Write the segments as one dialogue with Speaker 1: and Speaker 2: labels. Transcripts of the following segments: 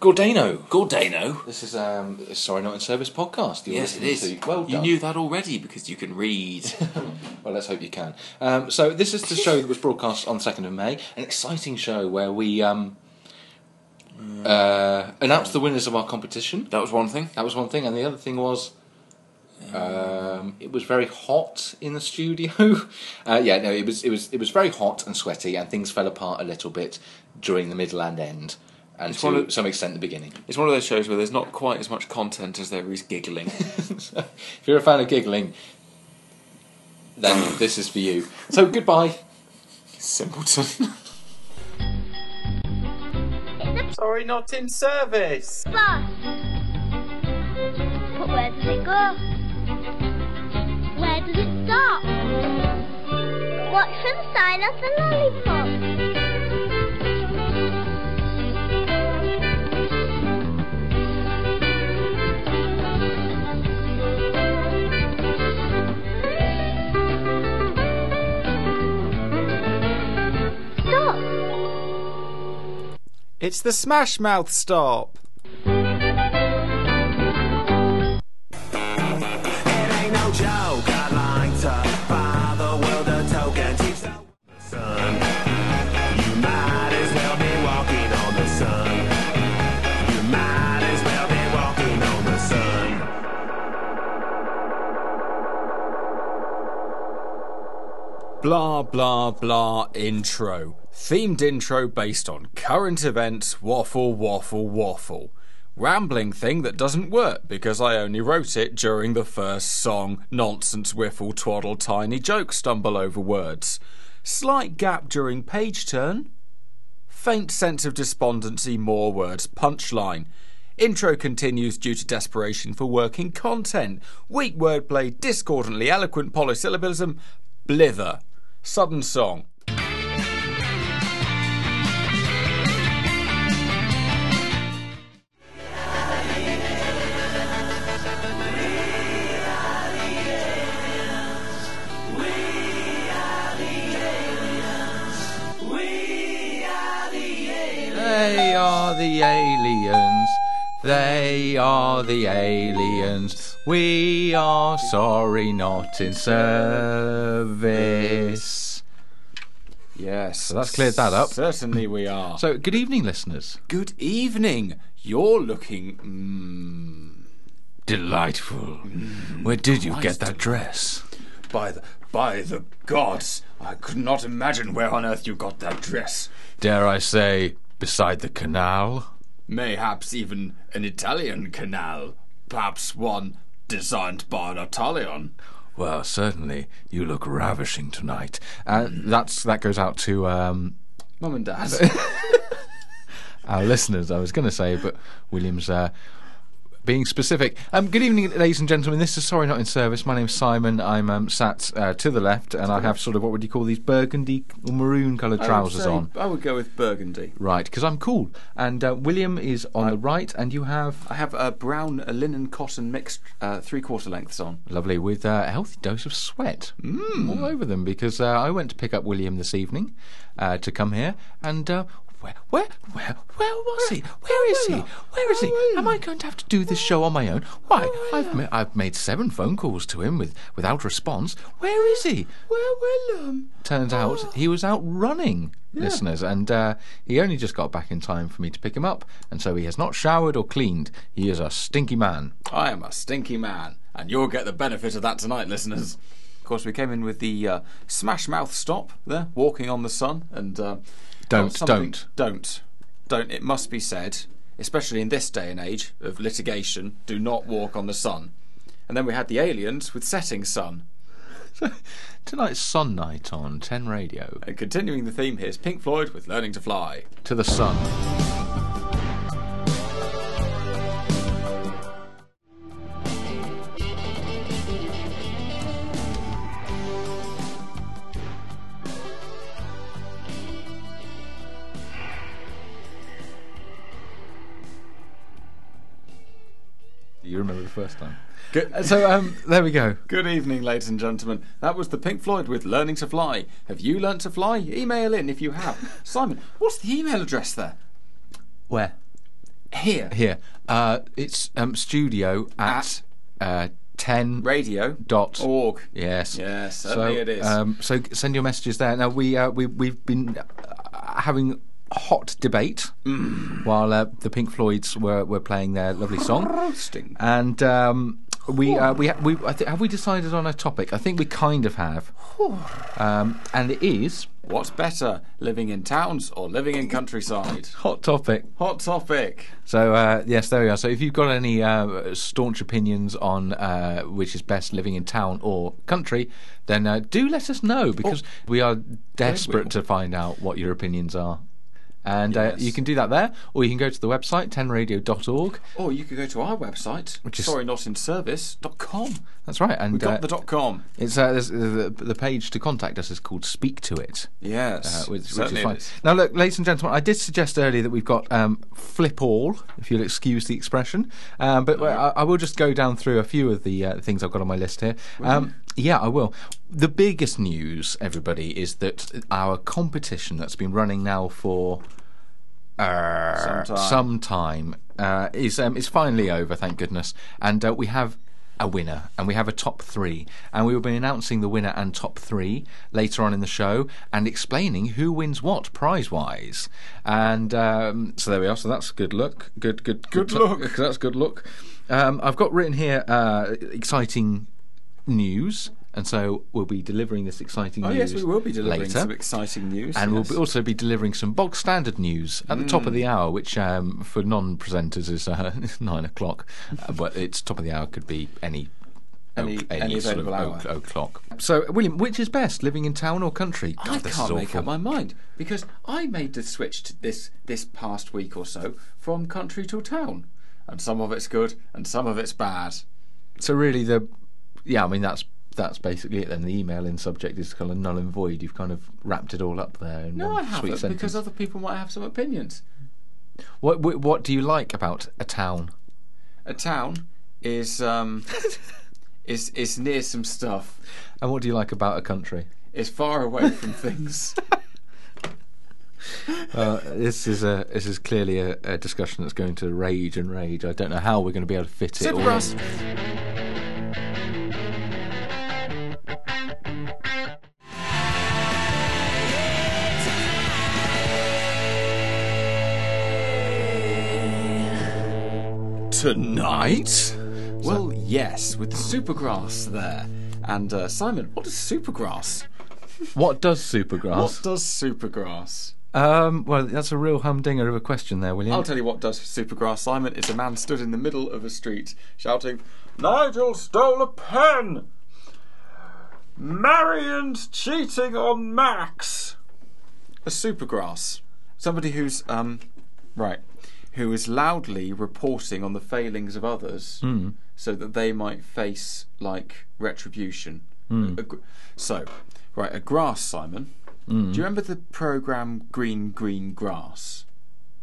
Speaker 1: Gordano.
Speaker 2: Gordano.
Speaker 1: This is um, a sorry, not in service podcast. You're
Speaker 2: Yes, it
Speaker 1: listening
Speaker 2: is.
Speaker 1: To. Well done.
Speaker 2: you knew that already because you can read.
Speaker 1: Well, let's hope you can. Um, so this is the show that was broadcast on second of May, an exciting show where we um, uh, announced the winners of our competition.
Speaker 2: that was one thing.
Speaker 1: That was one thing, and the other thing was. Um, it was very hot in the studio. Uh, yeah, no, it was it was it was very hot and sweaty, and things fell apart a little bit during the middle and end, and
Speaker 2: It's
Speaker 1: to
Speaker 2: one of-
Speaker 1: some extent the beginning.
Speaker 2: It's one of those shows where there's not quite as much content as there is giggling.
Speaker 1: So, if you're a fan of giggling, then this is for you. So goodbye.
Speaker 2: Simpleton.
Speaker 3: Sorry, not in service.
Speaker 4: bus. But where does it go? Where does it stop? What's inside of the lollipop? Stop!
Speaker 5: It's the Smash Mouth stop.
Speaker 6: It ain't no joke. I like to buy the world a token. Teach the sun. You might as well be walking on the sun. You might as well be walking on the sun.
Speaker 5: Blah blah blah intro. Themed intro based on current events, waffle, waffle, waffle. Rambling thing that doesn't work because I only wrote it during the first song, nonsense whiffle, twaddle, tiny joke, stumble over words. Slight gap during page turn. Faint sense of despondency, more words, punchline. Intro continues due to desperation for working content. Weak wordplay, discordantly eloquent polysyllabism, blither. Sudden song.
Speaker 1: They are the aliens. They are the aliens. We are sorry not in service. Yes, so that's cleared that up.
Speaker 5: Certainly we are.
Speaker 1: So, good evening, listeners.
Speaker 5: Good evening. You're looking mm, delightful.
Speaker 1: Mm.
Speaker 5: Where did you get that dress? By the by the gods, I could not imagine where on earth you got that dress.
Speaker 1: Dare I say, beside the canal?
Speaker 5: Mayhaps even an Italian canal, perhaps one designed by an Italian.
Speaker 1: Well, certainly, you look ravishing tonight. Uh, that's that goes out to um,
Speaker 5: Mum and Dad.
Speaker 1: our listeners, I was going to say, but William's uh, being specific. Um, good evening, ladies and gentlemen. This is Sorry Not In Service. My name's Simon. I'm um, sat uh, to the left, and I have sort of what would you call these burgundy or maroon coloured trousers on.
Speaker 5: I would go with burgundy.
Speaker 1: Right, because I'm cool. And uh, William is on the right, and you have.
Speaker 5: I have a brown a linen cotton mixed uh, three quarter lengths on.
Speaker 1: Lovely, with uh, a healthy dose of sweat all over them, because uh, I went to pick up William this evening uh, to come here, and uh, where, where, where, where was he? Where is he? Where is he? Am I going to have to do this show on my own? Why, I've ma- I've made seven phone calls to him with without response. Where is he? Where William? Turns out he was out running. Listeners, and uh, he only just got back in time for me to pick him up, and so he has not showered or cleaned. He is a stinky man.
Speaker 5: I am a stinky man, and you'll get the benefit of that tonight, listeners. Of course, we came in with the uh, smash mouth stop there, walking on the sun, and uh,
Speaker 1: Don't,
Speaker 5: well, something-
Speaker 1: don't.
Speaker 5: don't, don't. It must be said, especially in this day and age of litigation, do not walk on the sun. And then we had the aliens with setting sun.
Speaker 1: Tonight's Sun Night on 10 Radio.
Speaker 5: And continuing the theme, here's Pink Floyd with "Learning to Fly."
Speaker 1: To the sun. You remember the first time.
Speaker 5: Good,
Speaker 1: So um, there we go.
Speaker 5: Good evening, ladies and gentlemen. That was the Pink Floyd with "Learning to Fly." Have you learnt to fly? Email in if you have. Simon, what's the email address there?
Speaker 1: Where?
Speaker 7: here.
Speaker 1: Here. Uh, it's um, studio at, uh, 10.
Speaker 7: Radio.
Speaker 1: Dot.
Speaker 7: Org.
Speaker 1: Yes.
Speaker 7: Yes,
Speaker 1: So,
Speaker 7: Oh, certainly it is.
Speaker 1: Um, so g- send your messages there. Now we uh, we we've been uh, having hot debate
Speaker 7: Mm.
Speaker 1: while uh, the Pink Floyd's were, were playing their lovely song.
Speaker 7: Roasting.
Speaker 1: And um, we uh, we ha- we I th- have we decided on a topic. I think we kind of have. Um, and it is
Speaker 5: What's better, living in towns or living in countryside?
Speaker 1: hot topic.
Speaker 5: Hot topic.
Speaker 1: So uh, yes, there we are. So if you've got any uh, staunch opinions on uh, which is best, living in town or country, then uh, do let us know
Speaker 5: Oh.
Speaker 1: because we are desperate to find out what your opinions are. And uh, you can do that there, or you can go to the website tenradio.org.
Speaker 5: Or you could go to our website, which
Speaker 1: is-
Speaker 5: sorry, not in service.com.
Speaker 1: That's right, and
Speaker 5: Got
Speaker 1: uh,
Speaker 5: the dot com.
Speaker 1: it's uh, there's- the, the page to contact us is called Speak to It.
Speaker 5: Yes.
Speaker 1: Uh, which, which
Speaker 5: certainly
Speaker 1: is
Speaker 5: it
Speaker 1: fine. Now, look, ladies and gentlemen, I did suggest earlier that we've got um, flip all, if you'll excuse the expression, um, but I, I will just go down through a few of the uh, things I've got on my list here. Um, yeah, I will. The biggest news, everybody, is that our competition that's been running now for uh,
Speaker 5: Some time.
Speaker 1: some time uh, is um, is finally over, thank goodness, and uh, we have. A winner, and we have a top three, and we will be announcing the winner and top three later on in the show, and explaining who wins what prize-wise. And um, so there we are. So that's good luck. Good, good, good, luck. That's good luck. Um, I've got written here uh, exciting news, and so we'll be delivering this exciting
Speaker 5: Oh,
Speaker 1: news.
Speaker 5: yes, we will be delivering
Speaker 1: later.
Speaker 5: some exciting news.
Speaker 1: And
Speaker 5: yes. Mm.
Speaker 1: we'll be also be delivering some bog standard news at the top of the hour, which um, for non presenters is uh, nine o'clock, uh, but it's top of the hour could be any.
Speaker 5: Any-
Speaker 1: o-
Speaker 5: any
Speaker 1: sort of
Speaker 5: available
Speaker 1: o-
Speaker 5: hour.
Speaker 1: o'clock. So, William, which is best, living in town or country? God,
Speaker 5: I
Speaker 1: this is
Speaker 5: can't make
Speaker 1: awful.
Speaker 5: up my mind because I made the switch to this this past week or so from country to town, and some of it's good and some of it's bad.
Speaker 1: So, really, the yeah, I mean that's that's basically it. Then the email in subject is kind of null and void. You've kind of wrapped it all up there. In
Speaker 5: No,
Speaker 1: one
Speaker 5: I haven't
Speaker 1: sweet sentence.
Speaker 5: because other people might have some opinions.
Speaker 1: what, what what do you like about a town?
Speaker 5: A town is um is is near some stuff.
Speaker 1: And what do you like about a country?
Speaker 5: Is far away from things.
Speaker 1: This is a this is clearly a, a discussion that's going to rage and rage. I don't know how we're going to be able to fit it. all in.
Speaker 5: Supergrass. Tonight? Well, yes, with Supergrass there. And uh, Simon, what is Supergrass?
Speaker 1: What does
Speaker 5: What
Speaker 1: Supergrass?
Speaker 5: does Supergrass?
Speaker 1: Um, well, that's a real humdinger of a question there, William.
Speaker 5: I'll tell you what does Supergrass, Simon. It's a man stood in the middle of a street shouting, Nigel stole a pen! Marion's cheating on Max! A Supergrass. Somebody who's, um, right, who is loudly reporting on the failings of others so that they might face, like, retribution. A gr- so, right, a grass, Simon. Do you remember the programme Green Green Grass?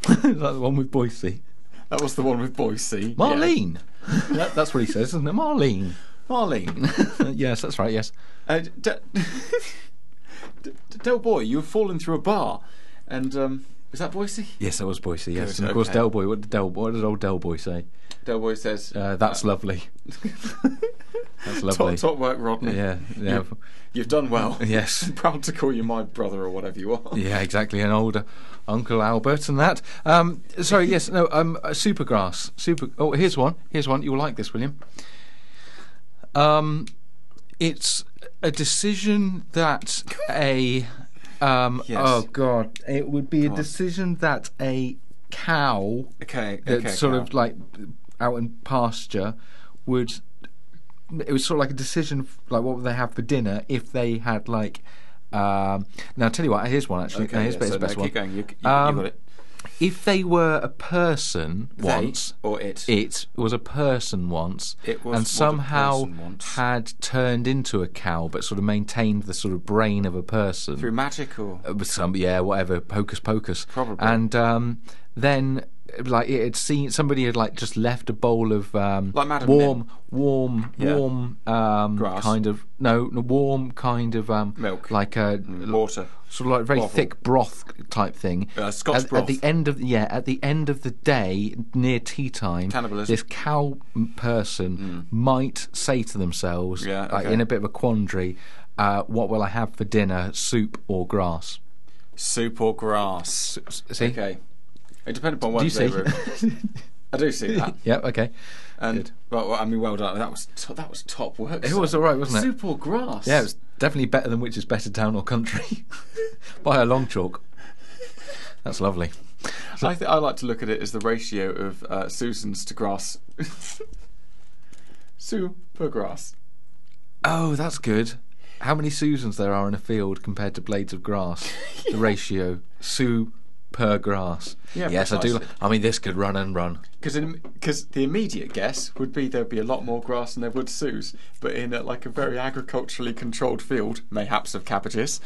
Speaker 1: Is that the one with Boise?
Speaker 5: That was the one with Boise.
Speaker 1: Marlene. That- that's what he says, isn't it? Marlene.
Speaker 5: Yeah. Marlene.
Speaker 1: yes, that's right. Yes.
Speaker 5: uh, d- d- d- Del Boy, you've fallen through a bar. And, um, is that Boise?
Speaker 1: Yes, that was Boise. Yes,
Speaker 5: Good,
Speaker 1: and of course,
Speaker 5: okay.
Speaker 1: Del Boy. What did Del? What did old Del Boy say?
Speaker 5: Del Boy says,
Speaker 1: Uh, that's lovely. that's lovely.
Speaker 5: top, top work, Rodney.
Speaker 1: Yeah, yeah.
Speaker 5: You've, you've done well.
Speaker 1: Yes.
Speaker 5: I'm proud to call you my brother or whatever you are.
Speaker 1: Yeah, exactly. An older Uncle Albert and that. Um, sorry, yes, no, um, uh, Supergrass. Super. Oh, here's one. Here's one. You'll like this, William. Um, it's a decision that a. Um,
Speaker 5: Yes.
Speaker 1: Oh, God. It would be a decision that a cow
Speaker 5: Okay,
Speaker 1: that
Speaker 5: okay.
Speaker 1: sort
Speaker 5: Cal.
Speaker 1: of like out in pasture would it was sort of like a decision f- like what would they have for dinner if they had like um, now I'll tell you what here's one actually
Speaker 5: Okay,
Speaker 1: No, here's
Speaker 5: yeah,
Speaker 1: the
Speaker 5: so
Speaker 1: best- best
Speaker 5: no,
Speaker 1: one
Speaker 5: Keep going. You, you,
Speaker 1: Um,
Speaker 5: you got it.
Speaker 1: if they were a person
Speaker 5: They
Speaker 1: once
Speaker 5: or it.
Speaker 1: it was a person once
Speaker 5: It was what
Speaker 1: and
Speaker 5: a
Speaker 1: somehow
Speaker 5: person wants.
Speaker 1: had turned into a cow but sort of maintained the sort of brain of a person
Speaker 5: Through magic or.
Speaker 1: with some yeah whatever hocus pocus
Speaker 5: Probably.
Speaker 1: and um, then like it had seen somebody had like just left a bowl of um,
Speaker 5: Like Madam
Speaker 1: warm,
Speaker 5: Mim.
Speaker 1: warm,
Speaker 5: Yeah.
Speaker 1: warm um,
Speaker 5: Grass.
Speaker 1: kind of no, no, warm kind of um,
Speaker 5: Milk. Mm.
Speaker 1: like a
Speaker 5: Water.
Speaker 1: sort of like very
Speaker 5: Waffle.
Speaker 1: thick broth type thing.
Speaker 5: Uh, Scotch
Speaker 1: at, at
Speaker 5: broth.
Speaker 1: the end of yeah, at the end of the day, near tea time,
Speaker 5: Cannibalism. Mm.
Speaker 1: this cow m- person might say to themselves,
Speaker 5: Yeah,
Speaker 1: like,
Speaker 5: okay.
Speaker 1: in a bit of a quandary, uh, "What will I have for dinner? Soup or grass?"
Speaker 5: Soup or grass?
Speaker 1: S- See?
Speaker 5: Okay. It depends upon
Speaker 1: Do
Speaker 5: what
Speaker 1: you see?
Speaker 5: they were. I do see that.
Speaker 1: yeah. Okay.
Speaker 5: And well, well, I mean, well done. That was to- that was top work.
Speaker 1: It was all right, wasn't it?
Speaker 5: Soup or grass?
Speaker 1: Yeah, it was definitely better than which is better, town or country, by a long chalk. That's lovely.
Speaker 5: I, th- I like to look at it as the ratio of uh, Susans to grass. Sue per grass.
Speaker 1: Oh, that's good. How many Susans there are in a field compared to blades of grass? The ratio Sue per grass.
Speaker 5: Yeah,
Speaker 1: yes, I do.
Speaker 5: precisely.
Speaker 1: I mean, this could run and run.
Speaker 5: Because the immediate guess would be there'd be a lot more grass than there would Sue's, but in a, like a very agriculturally controlled field, mayhaps of cabbages,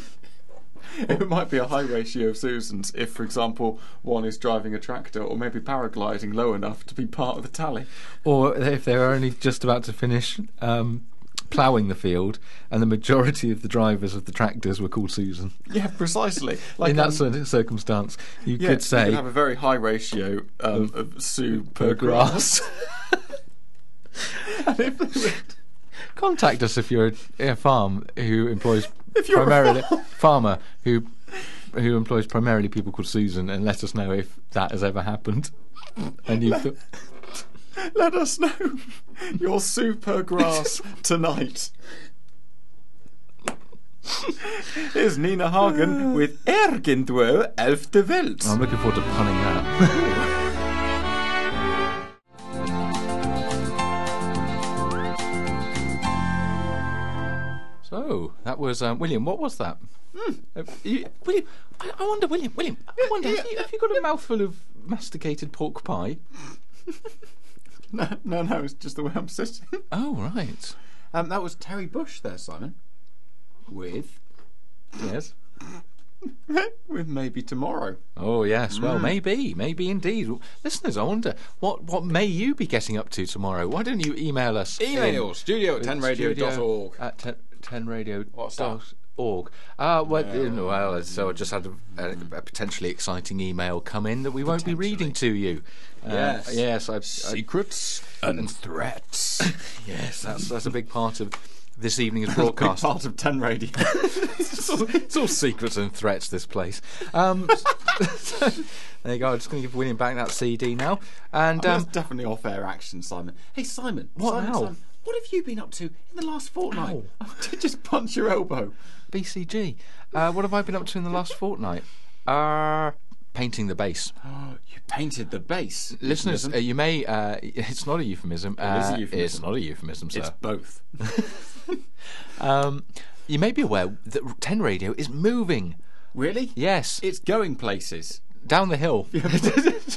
Speaker 5: it might be a high ratio of Susans if, for example, one is driving a tractor or maybe paragliding low enough to be part of the tally.
Speaker 1: Or if they're only just about to finish um, ploughing the field, and the majority of the drivers of the tractors were called Susan.
Speaker 5: Yeah, precisely. Like
Speaker 1: in that
Speaker 5: um,
Speaker 1: sort of circumstance, you
Speaker 5: yeah,
Speaker 1: could say
Speaker 5: you could have a very high ratio um, of Sue per
Speaker 1: per
Speaker 5: grass.
Speaker 1: grass.
Speaker 5: and if they were-
Speaker 1: Contact us if you're a, a farm who employs
Speaker 5: If you're a
Speaker 1: primarily
Speaker 5: farm.
Speaker 1: farmer who who employs primarily people called Susan, and let us know if that has ever happened. And you, th-
Speaker 5: Let us know your super grass tonight. Here's Nina Hagen with Ergendwo auf der Welt.
Speaker 1: I'm looking forward to punning that. so that was um, William. What was that? Uh, you- William, I, I wonder, William, William, I wonder, have, you, have you got a mouthful of masticated pork pie?
Speaker 5: No, no, no, it's just the way I'm sitting.
Speaker 1: Oh right,
Speaker 5: Um, that was Terry Bush there, Simon. With?
Speaker 1: yes.
Speaker 5: With maybe tomorrow.
Speaker 1: Oh yes, well maybe, maybe indeed. Listeners, I wonder what what may you be getting up to tomorrow? Why don't you email us? in-
Speaker 5: studio
Speaker 1: studio at ten,
Speaker 5: What's that?
Speaker 1: tenradio.org. Uh, well, you know, well, so I just had a, a,
Speaker 5: Mm.
Speaker 1: a potentially exciting email come in that we won't be reading to you. Uh,
Speaker 5: Yes.
Speaker 1: yes,
Speaker 5: Uh,
Speaker 1: I, I,
Speaker 5: Secrets and threats.
Speaker 1: yes, that's that's a big part of this evening's
Speaker 5: Big
Speaker 1: broadcast.
Speaker 5: part of 10 Radio.
Speaker 1: it's, all, it's all secrets and threats, this place. Um, so, there you go. I'm just going to give William back that CD now. And
Speaker 5: That's
Speaker 1: um,
Speaker 5: definitely off air action, Simon. Hey, Simon.
Speaker 1: What
Speaker 5: Simon,
Speaker 1: now?
Speaker 5: Simon, what have you been up to in the last fortnight? Did just punch your elbow.
Speaker 1: BCG. Uh, what have I been up to in the last fortnight? Uh, painting the base.
Speaker 5: Oh, You painted the base.
Speaker 1: Listeners, uh, you may. Uh, it's not a euphemism.
Speaker 5: It is a
Speaker 1: uh, It's
Speaker 5: euphemism.
Speaker 1: not a euphemism, sir.
Speaker 5: It's both.
Speaker 1: Uh, um, you may be aware that 10 Radio is moving.
Speaker 5: really?
Speaker 1: Yes,
Speaker 5: It's going places.
Speaker 1: down the hill. it's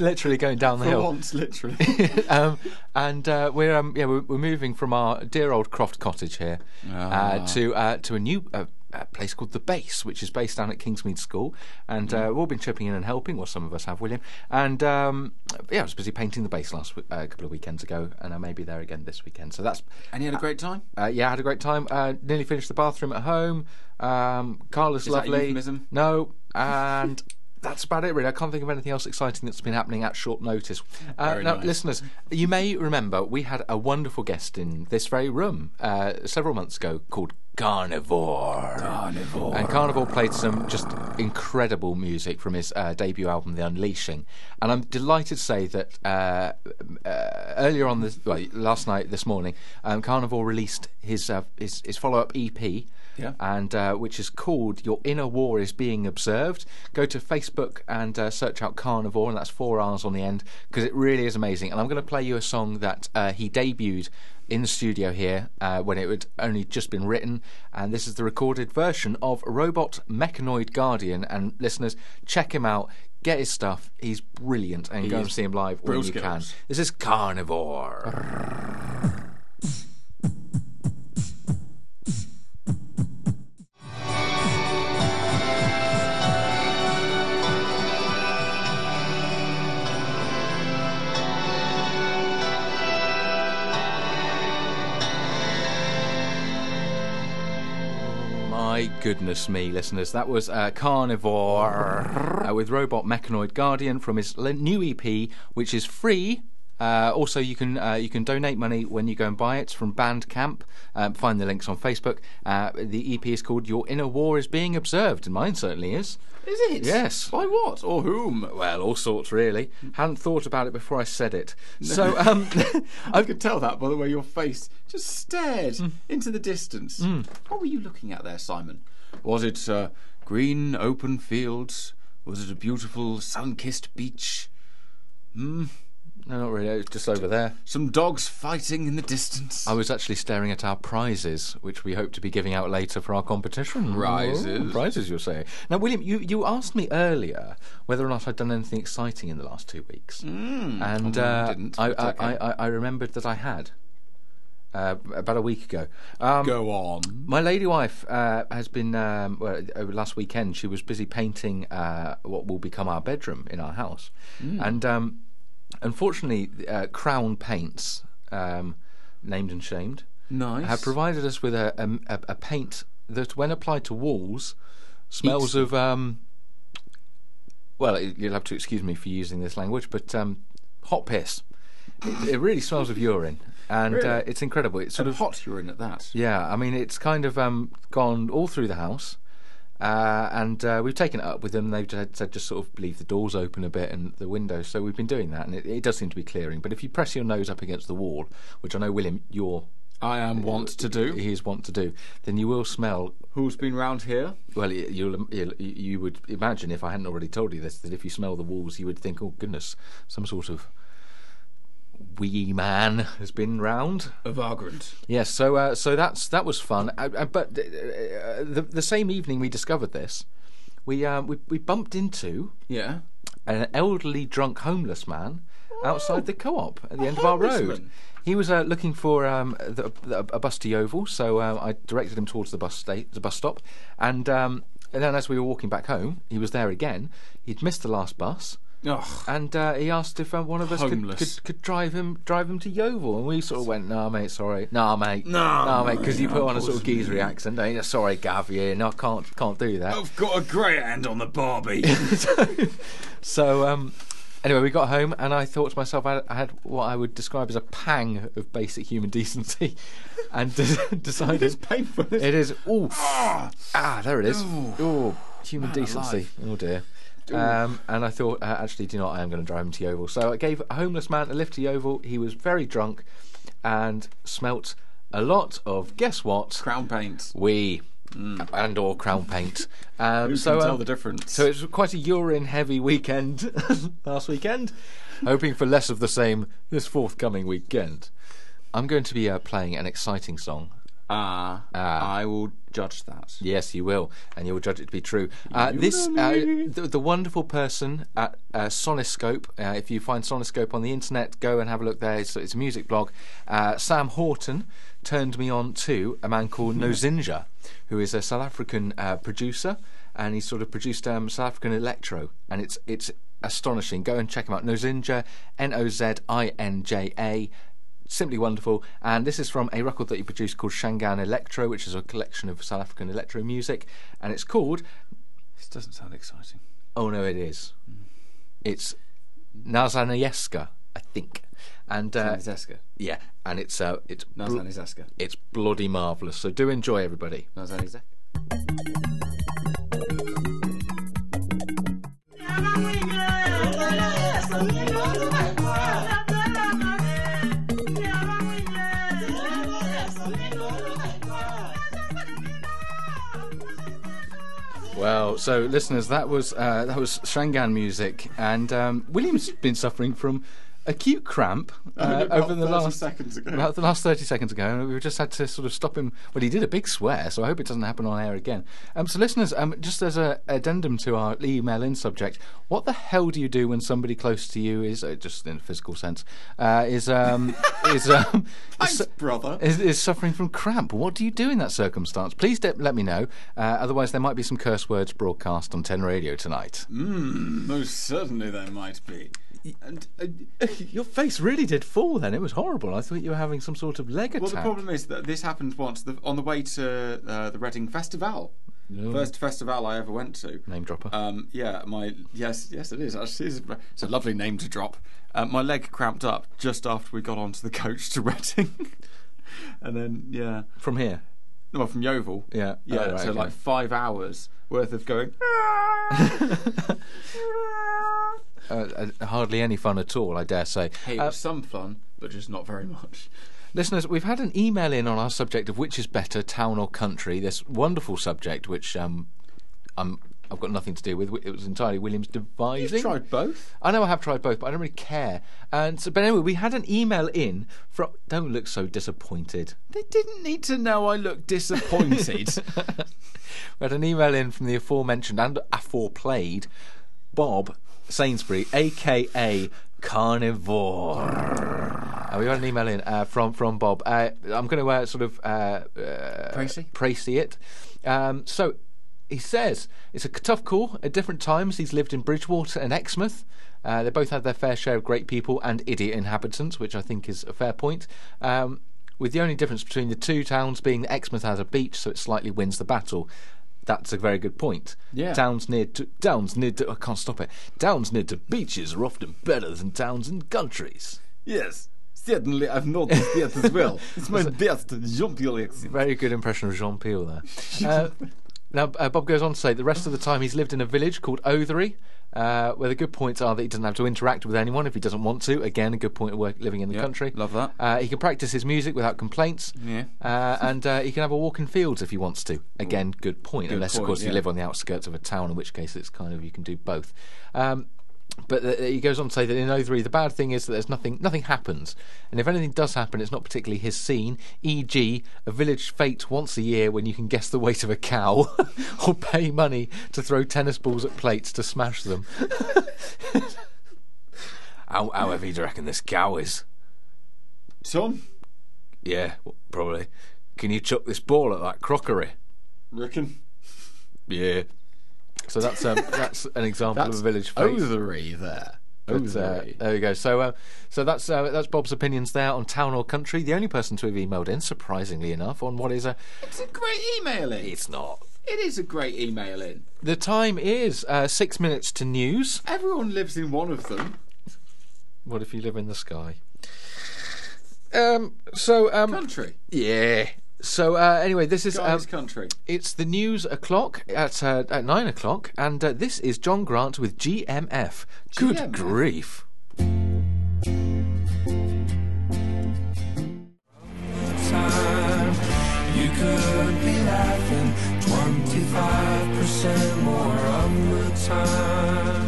Speaker 1: literally going down the
Speaker 5: For
Speaker 1: hill.
Speaker 5: once, literally.
Speaker 1: um, and uh, we're um, yeah we're, we're moving from our dear old Croft Cottage here
Speaker 5: Ah.
Speaker 1: uh, to uh, to a new. Uh, a place called the Base, which is based down at Kingsmead School, and
Speaker 5: Mm.
Speaker 1: uh, we've all been chipping in and helping. Well, some of us have, William. And um, yeah, I was busy painting the base last w- uh, couple of weekends ago, and I may be there again this weekend. So that's
Speaker 5: and you had a great time?
Speaker 1: uh, yeah, I had a great time. Uh, nearly finished the bathroom at home. Um, Carla's
Speaker 5: that
Speaker 1: lovely.
Speaker 5: euphemism?
Speaker 1: No, and that's about it. Really, I can't think of anything else exciting that's been happening at short notice. Uh,
Speaker 5: Very
Speaker 1: now,
Speaker 5: nice.
Speaker 1: listeners, you may remember we had a wonderful guest in this very room uh, several months ago called Carnivore. Carnivore. And Carnivore played some just incredible music from his uh, debut album, The Unleashing. And I'm delighted to say that uh, uh, earlier on this, well, last night, this morning, um, Carnivore released his uh, his, his follow up EP.
Speaker 5: Yeah.
Speaker 1: And uh, which is called Your Inner War is Being Observed. Go to Facebook and uh, search out Carnivore, and that's four R's on the end, because it really is amazing. And I'm going to play you a song that uh, he debuted in the studio here uh, when it had only just been written. And this is the recorded version of Robot Mechanoid Guardian. And listeners, check him out, get his stuff. He's brilliant, and go
Speaker 5: is
Speaker 1: and see him live when
Speaker 5: brill
Speaker 1: you can.
Speaker 5: skills.
Speaker 1: This is Carnivore.
Speaker 4: Thank
Speaker 1: My goodness me, listeners, that was uh, Carnivore uh, with Robot Mechanoid Guardian from his le- new EP, which is free. Uh, also, you can uh, you can donate money when you go and buy it. It's from Bandcamp. Um, find the links on Facebook. Uh, the EP is called "Your Inner War Is Being Observed," and mine certainly is.
Speaker 7: Is it?
Speaker 1: Yes.
Speaker 7: By what?
Speaker 1: Or whom? Well, all sorts, really. Hadn't thought about it before I said it. So, um,
Speaker 7: I could tell that by the way your face just stared
Speaker 5: Mm.
Speaker 7: into the distance. What were you looking at there, Simon?
Speaker 5: Was it uh, green open fields? Was it a beautiful sun kissed beach?
Speaker 1: no, not really. It's just over there.
Speaker 5: Some dogs fighting in the distance?
Speaker 1: I was actually staring at our prizes, which we hope to be giving out later for our competition.
Speaker 5: Prizes?
Speaker 1: Oh, prizes, you're saying. Now, William, you, you asked me earlier whether or not I'd done anything exciting in the last two weeks.
Speaker 5: Hmm.
Speaker 1: Mm, and uh,
Speaker 5: Oh, didn't,
Speaker 1: I,
Speaker 5: but
Speaker 1: I,
Speaker 5: okay.
Speaker 1: I, I, I remembered that I had uh, about a week ago. Um,
Speaker 5: Go on.
Speaker 1: my lady wife uh, has been um, well, over last weekend. She was busy painting uh, what will become our bedroom in our house,
Speaker 5: Hmm.
Speaker 1: and um, unfortunately, uh, Crown Paints, um, named and shamed,
Speaker 5: Nice.
Speaker 1: have provided us with a, a, a- a paint that, when applied to walls, smells of. Um, well, you'll have to excuse me for using this language, but um, hot piss. It, it really smells of urine, and uh, it's incredible. It's sort of
Speaker 7: Hot urine at that.
Speaker 1: yeah, I mean, it's kind of um, gone all through the house. Uh, and uh, we've taken it up with them. They've just said just sort of leave the doors open a bit and the windows. So we've been doing that, and it, it does seem to be clearing. But if you press your nose up against the wall, which I know William, you're
Speaker 5: I am wont to do.
Speaker 1: he is want to do, then you will smell.
Speaker 5: Who's been round here?
Speaker 1: Well, y- you'll, you'll you would imagine if I hadn't already told you this that if you smell the walls, you would think, oh goodness, some sort of wee man has been round.
Speaker 7: A vagrant.
Speaker 1: Yes, so uh, so that's that was fun. Uh, uh, but uh, uh, the the same evening we discovered this, we uh, we we bumped into
Speaker 7: Yeah.
Speaker 1: an elderly drunk homeless man outside the co-op at the end of our
Speaker 7: homeless
Speaker 1: road.
Speaker 7: man.
Speaker 1: He was uh, looking for um, the, the, a bus to Yeovil, so uh, I directed him towards the bus sta- the bus stop, and um, and then as we were walking back home, he was there again. He'd missed the last bus.
Speaker 5: Ugh.
Speaker 1: And uh, he asked if um, one of us could,
Speaker 5: Homeless.
Speaker 1: could, could drive him drive him to Yeovil, and we sort of went, "Nah, mate, sorry, nah, mate,
Speaker 5: Nah,
Speaker 1: nah, mate," because you
Speaker 5: mate,
Speaker 1: put on a sort of
Speaker 5: unfortunately.
Speaker 1: geezery accent. Don't you? Sorry, Gav, yeah, no, I can't can't do that.
Speaker 5: I've got a grey hand on the Barbie.
Speaker 1: So um, anyway, we got home, and I thought to myself, I, I had what I would describe as a pang of basic human decency, and de- decided
Speaker 7: It's painful. isn't
Speaker 1: it is. Ooh,
Speaker 5: Ah!
Speaker 1: ah, there it is.
Speaker 5: Ooh.
Speaker 1: Oh, human decency.
Speaker 5: alive.
Speaker 1: Oh dear. Um, and I thought, uh, actually, do you know what? I am going to drive him to Yeovil. So I gave a homeless man a lift to Yeovil. He was very drunk and smelt a lot of guess what?
Speaker 7: Crown paints.
Speaker 1: Wee and or crown paint. Um,
Speaker 7: Who
Speaker 1: so
Speaker 7: can tell
Speaker 1: um,
Speaker 7: the difference?
Speaker 1: So it was quite a urine-heavy weekend last weekend. Hoping for less of the same this forthcoming weekend. I'm going to be uh, playing an exciting song
Speaker 7: Ah, I will judge that.
Speaker 1: Yes, you will, and you will judge it to be true. Uh, this uh, the, the wonderful person at uh, Sonoscope. Uh, if you find Sonoscope on the internet, go and have a look there. It's, it's a music blog. Uh, Sam Horton turned me on to a man called Nozinja, who is a South African uh, producer, and he sort of produced um, South African electro, and it's it's astonishing. Go and check him out. Nozinja, N O Z I N J A simply wonderful. And this is from a record that he produced called Shangan Electro, which is a collection of South African electro music, and it's called.
Speaker 7: This doesn't sound exciting.
Speaker 1: Oh no, it is. It's Nazanayeska, I think, and uh,
Speaker 7: It's Esker.
Speaker 1: yeah, and it's uh, it's
Speaker 7: No,
Speaker 1: bl-
Speaker 7: it's not his Esker.
Speaker 1: it's bloody marvelous. So do enjoy, everybody.
Speaker 7: No, it's not his Esker.
Speaker 1: Well, so listeners, that was uh, that was Shangan music, and um, William's been suffering from acute cramp uh,
Speaker 7: About
Speaker 1: over the
Speaker 7: 30
Speaker 1: last
Speaker 7: seconds ago.
Speaker 1: about the last thirty seconds ago, and we've just had to sort of stop him. Well, he did a big swear, so I hope it doesn't happen on air again. Um, so, listeners, um, just as a addendum to our email in subject, what the hell do you do when somebody close to you is uh, just in a physical sense uh, is um, is um, is-
Speaker 7: brother.
Speaker 1: is, is suffering from cramp. What do you do in that circumstance? Please de- let me know. Uh, otherwise, there might be some curse words broadcast on Ten Radio tonight.
Speaker 7: Most certainly there might be. And uh,
Speaker 1: Your face really did fall. Then it was horrible. I thought you were having some sort of leg attack.
Speaker 7: well, the problem is that this happened once the, on the way to uh, the Reading Festival. First festival I ever went to.
Speaker 1: Name dropper.
Speaker 7: Um, yeah, my yes, yes, it is actually. It's a- It's a lovely name to drop. Uh, my leg cramped up just after we got onto the coach to Reading, and then yeah,
Speaker 1: From here.
Speaker 7: no, well, from Yeovil.
Speaker 1: Yeah.
Speaker 7: yeah.
Speaker 1: Oh, right,
Speaker 7: so
Speaker 1: okay.
Speaker 7: like five hours worth of going. "Ah!"
Speaker 1: Uh, uh, hardly any fun at all, I dare say.
Speaker 7: It
Speaker 1: Uh,
Speaker 7: was some fun, but just not very much.
Speaker 1: Listeners, we've had an email in on our subject of which is better, town or country. This wonderful subject, which um, I'm, I've got nothing to do with. It was entirely William's devising.
Speaker 7: You've tried both.
Speaker 1: I know I have tried both, but I don't really care. And so, but anyway, we had an email in from. Don't look so disappointed.
Speaker 7: They didn't need to know I looked disappointed.
Speaker 1: We had an email in from the aforementioned and aforeplayed Bob Sainsbury, aka Carnivore. Uh, we had an email in uh, from from Bob. Uh, I'm going to uh, sort of uh, uh,
Speaker 7: Pricey?
Speaker 1: pricey it. Um, so he says it's a tough call. At different times, he's lived in Bridgewater and Exmouth. Uh, they both had their fair share of great people and idiot inhabitants, which I think is a fair point. Um, with the only difference between the two towns being that Exmouth has a beach, so it slightly wins the battle. That's a very good point.
Speaker 7: Yeah.
Speaker 1: Towns near to towns near to I can't stop it. Towns near to beaches are often better than towns in countries.
Speaker 7: yes, certainly I've noticed that as well. It's my best jumpy accent.
Speaker 1: Very good impression of Jean Peel there. Uh, now, uh, Bob goes on to say the rest of the time he's lived in a village called Othery, uh, where the good points are that he doesn't have to interact with anyone if he doesn't want to. Again, a good point of work, living in the country.
Speaker 7: love that.
Speaker 1: Uh, he can practice his music without complaints.
Speaker 7: Yeah.
Speaker 1: Uh, and uh, he can have a walk in fields if he wants to. Again, good point. Unless, of
Speaker 7: point,
Speaker 1: course, you
Speaker 7: yeah.
Speaker 1: live on the outskirts of a town, in which case it's kind of you can do both. Um, but uh, he goes on to say that in O3, the bad thing is that there's nothing, nothing happens, and if anything does happen, it's not particularly his scene. E.g., a village fete once a year when you can guess the weight of a cow, or pay money to throw tennis balls at plates to smash them. How, however, you reckon this cow is?
Speaker 7: Tom,
Speaker 1: Yeah, probably. Can you chuck this ball at that crockery?
Speaker 7: reckon.
Speaker 1: Yeah. So that's um, that's an example of a village fete.
Speaker 7: Othery there.
Speaker 1: But, uh, there we go. So, uh, so that's uh, that's Bob's opinions there on town or country. The only person to have emailed in, surprisingly enough, on what is a
Speaker 7: It's a great email in.
Speaker 1: it's not.
Speaker 7: It is a great email in.
Speaker 1: The time is uh, six minutes to news.
Speaker 7: Everyone lives in one of them.
Speaker 1: What if you live in the sky? Um. So um.
Speaker 7: Country.
Speaker 1: Yeah. So uh, anyway, this is um,
Speaker 7: Guy's country.
Speaker 1: it's the news o'clock at uh, at nine o'clock, and uh, this is John Grant with GMF. Good
Speaker 7: GMF?
Speaker 1: grief!
Speaker 8: You could be laughing 25% more of the time.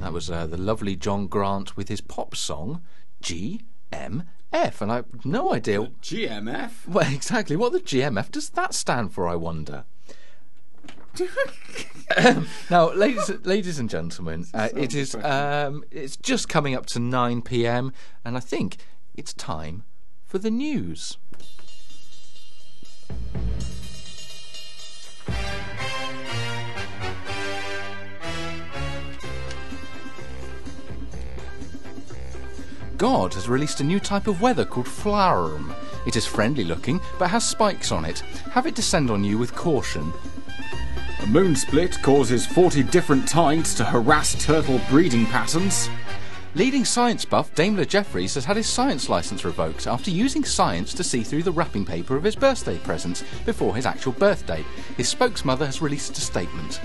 Speaker 1: That was uh, the lovely John Grant with his pop song GMF, and I have no idea
Speaker 7: GMF.
Speaker 1: well, exactly what the GMF does that stand for. I wonder. now, ladies, ladies and gentlemen, uh, it is um, it's just coming up to nine p.m. and I think it's time for the news. God has released a new type of weather called Flowerum. It is friendly looking, but has spikes on it. Have it descend on you with caution.
Speaker 5: A moon split causes 40 different tides to harass turtle breeding patterns.
Speaker 1: Leading science buff Daimler Jeffries has had his science license revoked after using science to see through the wrapping paper of his birthday presents before his actual birthday. His spokesmother has released a statement.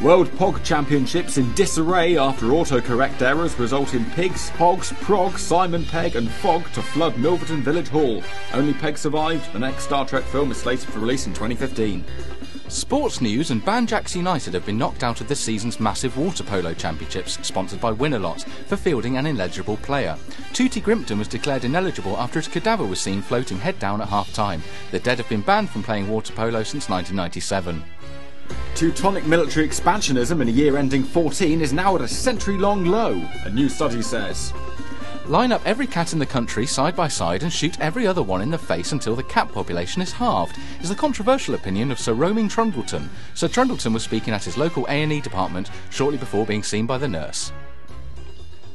Speaker 5: World Pog Championships in disarray after autocorrect errors result in pigs, hogs, prog, Simon Pegg, and Fog to flood Milverton Village Hall. Only Peg survived. The next Star Trek film is slated for release in 2015.
Speaker 1: Sports News and Banjax United have been knocked out of this season's massive water polo championships, sponsored by Winalot, for fielding an illegible player. Tooty Grimpton was declared ineligible after his cadaver was seen floating head down at half time. The dead have been banned from playing water polo since 1997.
Speaker 5: Teutonic military expansionism in a year ending 14 is now at a century long low, a new study says.
Speaker 1: Line up every cat in the country side by side and shoot every other one in the face until the cat population is halved, is the controversial opinion of Sir Roaming Trundleton. Sir Trundleton was speaking at his local A&E department shortly before being seen by the nurse.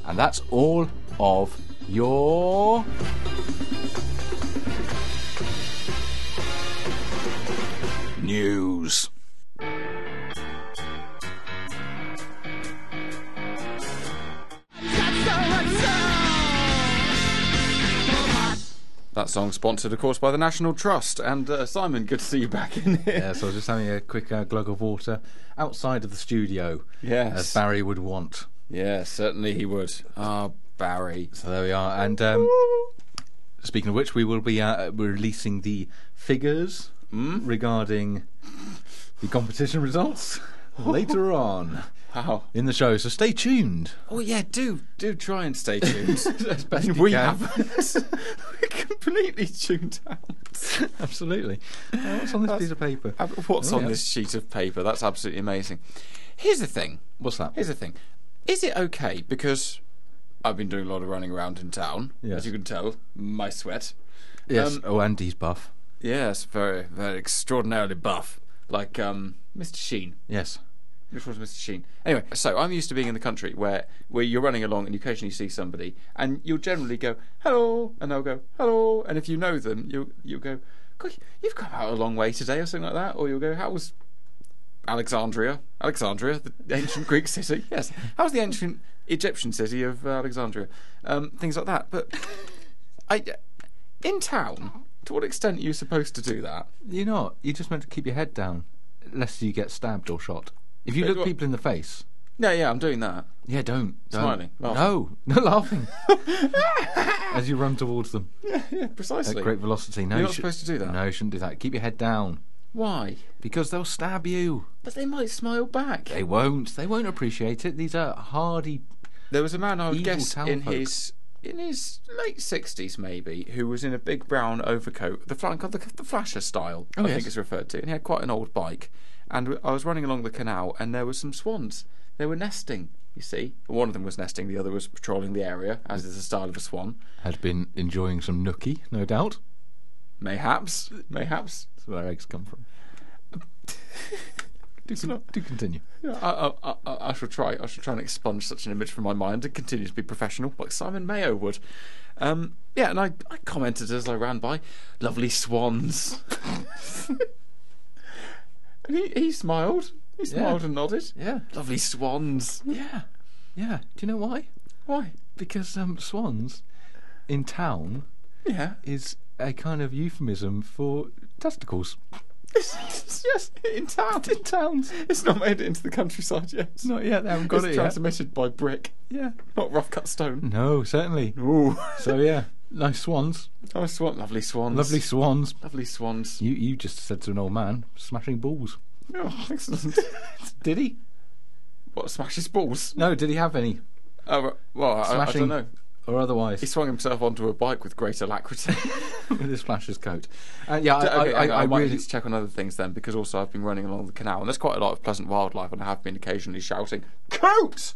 Speaker 1: And that's all of your
Speaker 2: news. That song sponsored, of course, by the National Trust. And uh, Simon, good to see you back in here.
Speaker 1: Yeah, so I was just having a quick uh, glug of water outside of the studio,
Speaker 2: Yes.
Speaker 1: as Barry would want.
Speaker 2: Yeah, certainly he would. Ah, Barry.
Speaker 1: So there we are. And um, speaking of which, we will be uh, we're releasing the figures
Speaker 2: Hmm?
Speaker 1: regarding the competition results later on
Speaker 2: Wow.
Speaker 1: in the show. So stay tuned.
Speaker 2: Oh yeah, do do try and stay tuned.
Speaker 1: As best
Speaker 2: we haven't. We're completely tuned out.
Speaker 1: Absolutely. Uh, what's on this piece of paper?
Speaker 2: What's
Speaker 1: Oh,
Speaker 2: on
Speaker 1: yeah.
Speaker 2: this sheet of paper? That's absolutely amazing. Here's the thing.
Speaker 1: What's that?
Speaker 2: Here's the thing. Is it okay? Because I've been doing a lot of running around in town,
Speaker 1: Yes.
Speaker 2: as you can tell. My sweat.
Speaker 1: Yes.
Speaker 2: um,
Speaker 1: oh, Andy's buff.
Speaker 2: Yes, very, very extraordinarily buff, like um, Mr. Sheen.
Speaker 1: Yes.
Speaker 2: Which was Mr. Sheen. Anyway, so I'm used to being in the country where, where you're running along and you occasionally see somebody and you'll generally go, hello, and they'll go, hello. And if you know them, you'll, you'll go, God, you've come out a long way today or something like that. Or you'll go, how was Alexandria? Alexandria, the ancient Greek city. Yes. How was the ancient Egyptian city of uh, Alexandria? Um, things like that. But I, in town, to what extent are you supposed to do that?
Speaker 1: You're not. You're just meant to keep your head down, lest you get stabbed or shot. If you
Speaker 2: Wait,
Speaker 1: look
Speaker 2: what-
Speaker 1: people in the face,
Speaker 2: No, yeah, I'm doing that.
Speaker 1: yeah, don't. don't.
Speaker 2: Smiling,
Speaker 1: No, no, laughing. As you run towards them
Speaker 2: Yeah, precisely.
Speaker 1: at great velocity. No,
Speaker 2: You're
Speaker 1: you
Speaker 2: not
Speaker 1: should-
Speaker 2: supposed to do that.
Speaker 1: No, you shouldn't do that. Keep your head down
Speaker 2: Why?
Speaker 1: because they'll stab you.
Speaker 2: But they might smile back.
Speaker 1: They won't. They won't appreciate it. These are hardy.
Speaker 2: There was a man I would
Speaker 1: Evil
Speaker 2: guess
Speaker 1: town
Speaker 2: in
Speaker 1: folk.
Speaker 2: his in his late sixties maybe who was in a big brown overcoat, the flank of the, the flasher style, I
Speaker 1: yes.
Speaker 2: think it's referred to, and he had quite an old bike. And I was running along the canal, and there were some swans. They were nesting. You see, one of them was nesting, the other was patrolling the area, as is the style of a swan.
Speaker 1: Had been enjoying some nookie, no doubt.
Speaker 2: Mayhaps, mayhaps.
Speaker 1: That's where eggs come from. do, con- do continue.
Speaker 2: I, I, I, I shall try. I shall try and expunge such an image from my mind and continue to be professional, like Simon Mayo would. Um, yeah, and I, I commented as I ran by, "Lovely swans." and he, he smiled. He smiled and nodded.
Speaker 1: Yeah.
Speaker 2: Lovely swans.
Speaker 1: Yeah. Yeah. Do you know why?
Speaker 2: Why?
Speaker 1: Because um, swans in town
Speaker 2: Yeah.
Speaker 1: is a kind of euphemism for testicles.
Speaker 2: It's just in town. In
Speaker 1: Towns.
Speaker 2: It's not made it into the countryside yet.
Speaker 1: Not yet. Oh, They haven't got
Speaker 2: it's
Speaker 1: it yet.
Speaker 2: transmitted by brick,
Speaker 1: Yeah.
Speaker 2: not rough cut stone.
Speaker 1: No, certainly.
Speaker 2: Ooh.
Speaker 1: So yeah, nice swans,
Speaker 2: oh, swan. Lovely swans.
Speaker 1: lovely swans.
Speaker 2: Lovely swans.
Speaker 1: You you just said to an old man, smashing balls.
Speaker 2: Oh, excellent.
Speaker 1: Did he?
Speaker 2: What smashes balls?
Speaker 1: No, did he have any
Speaker 2: Oh, right. well, I, I
Speaker 1: Smashing.
Speaker 2: don't know.
Speaker 1: or otherwise
Speaker 2: He swung himself onto a bike with great alacrity.
Speaker 1: with his flasher's coat? Uh, yeah, I,
Speaker 2: okay,
Speaker 1: I, I,
Speaker 2: I, might
Speaker 1: really
Speaker 2: need to check on other things then, because also I've been running along the canal, and there's quite a lot of pleasant wildlife, and I have been occasionally shouting, "Coot!"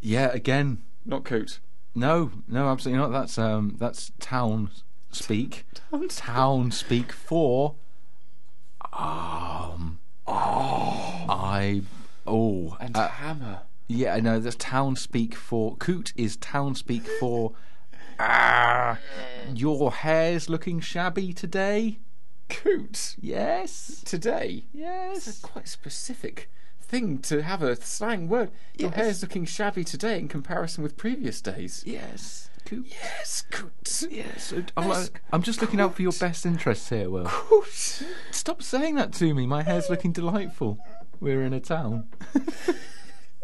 Speaker 1: yeah again.
Speaker 2: Not coot.
Speaker 1: No, no, absolutely not. That's um that's town speak.
Speaker 2: Town speak.
Speaker 1: town speak for um oh I oh
Speaker 2: And
Speaker 1: uh,
Speaker 2: hammer.
Speaker 1: Yeah, no, that's town speak for coot is town speak for ah your hair's looking shabby today.
Speaker 2: Coot
Speaker 1: Yes.
Speaker 2: today.
Speaker 1: Yes.
Speaker 2: Quite specific thing to have a slang word. Your
Speaker 1: Yes.
Speaker 2: hair's looking shabby today in comparison with previous days.
Speaker 1: Yes. Coot.
Speaker 2: Yes, coot.
Speaker 1: Yes. I'm, like- I'm just looking out for your best interests here, Will.
Speaker 2: Coot.
Speaker 1: Stop saying that to me. My hair's looking delightful. We're in a town.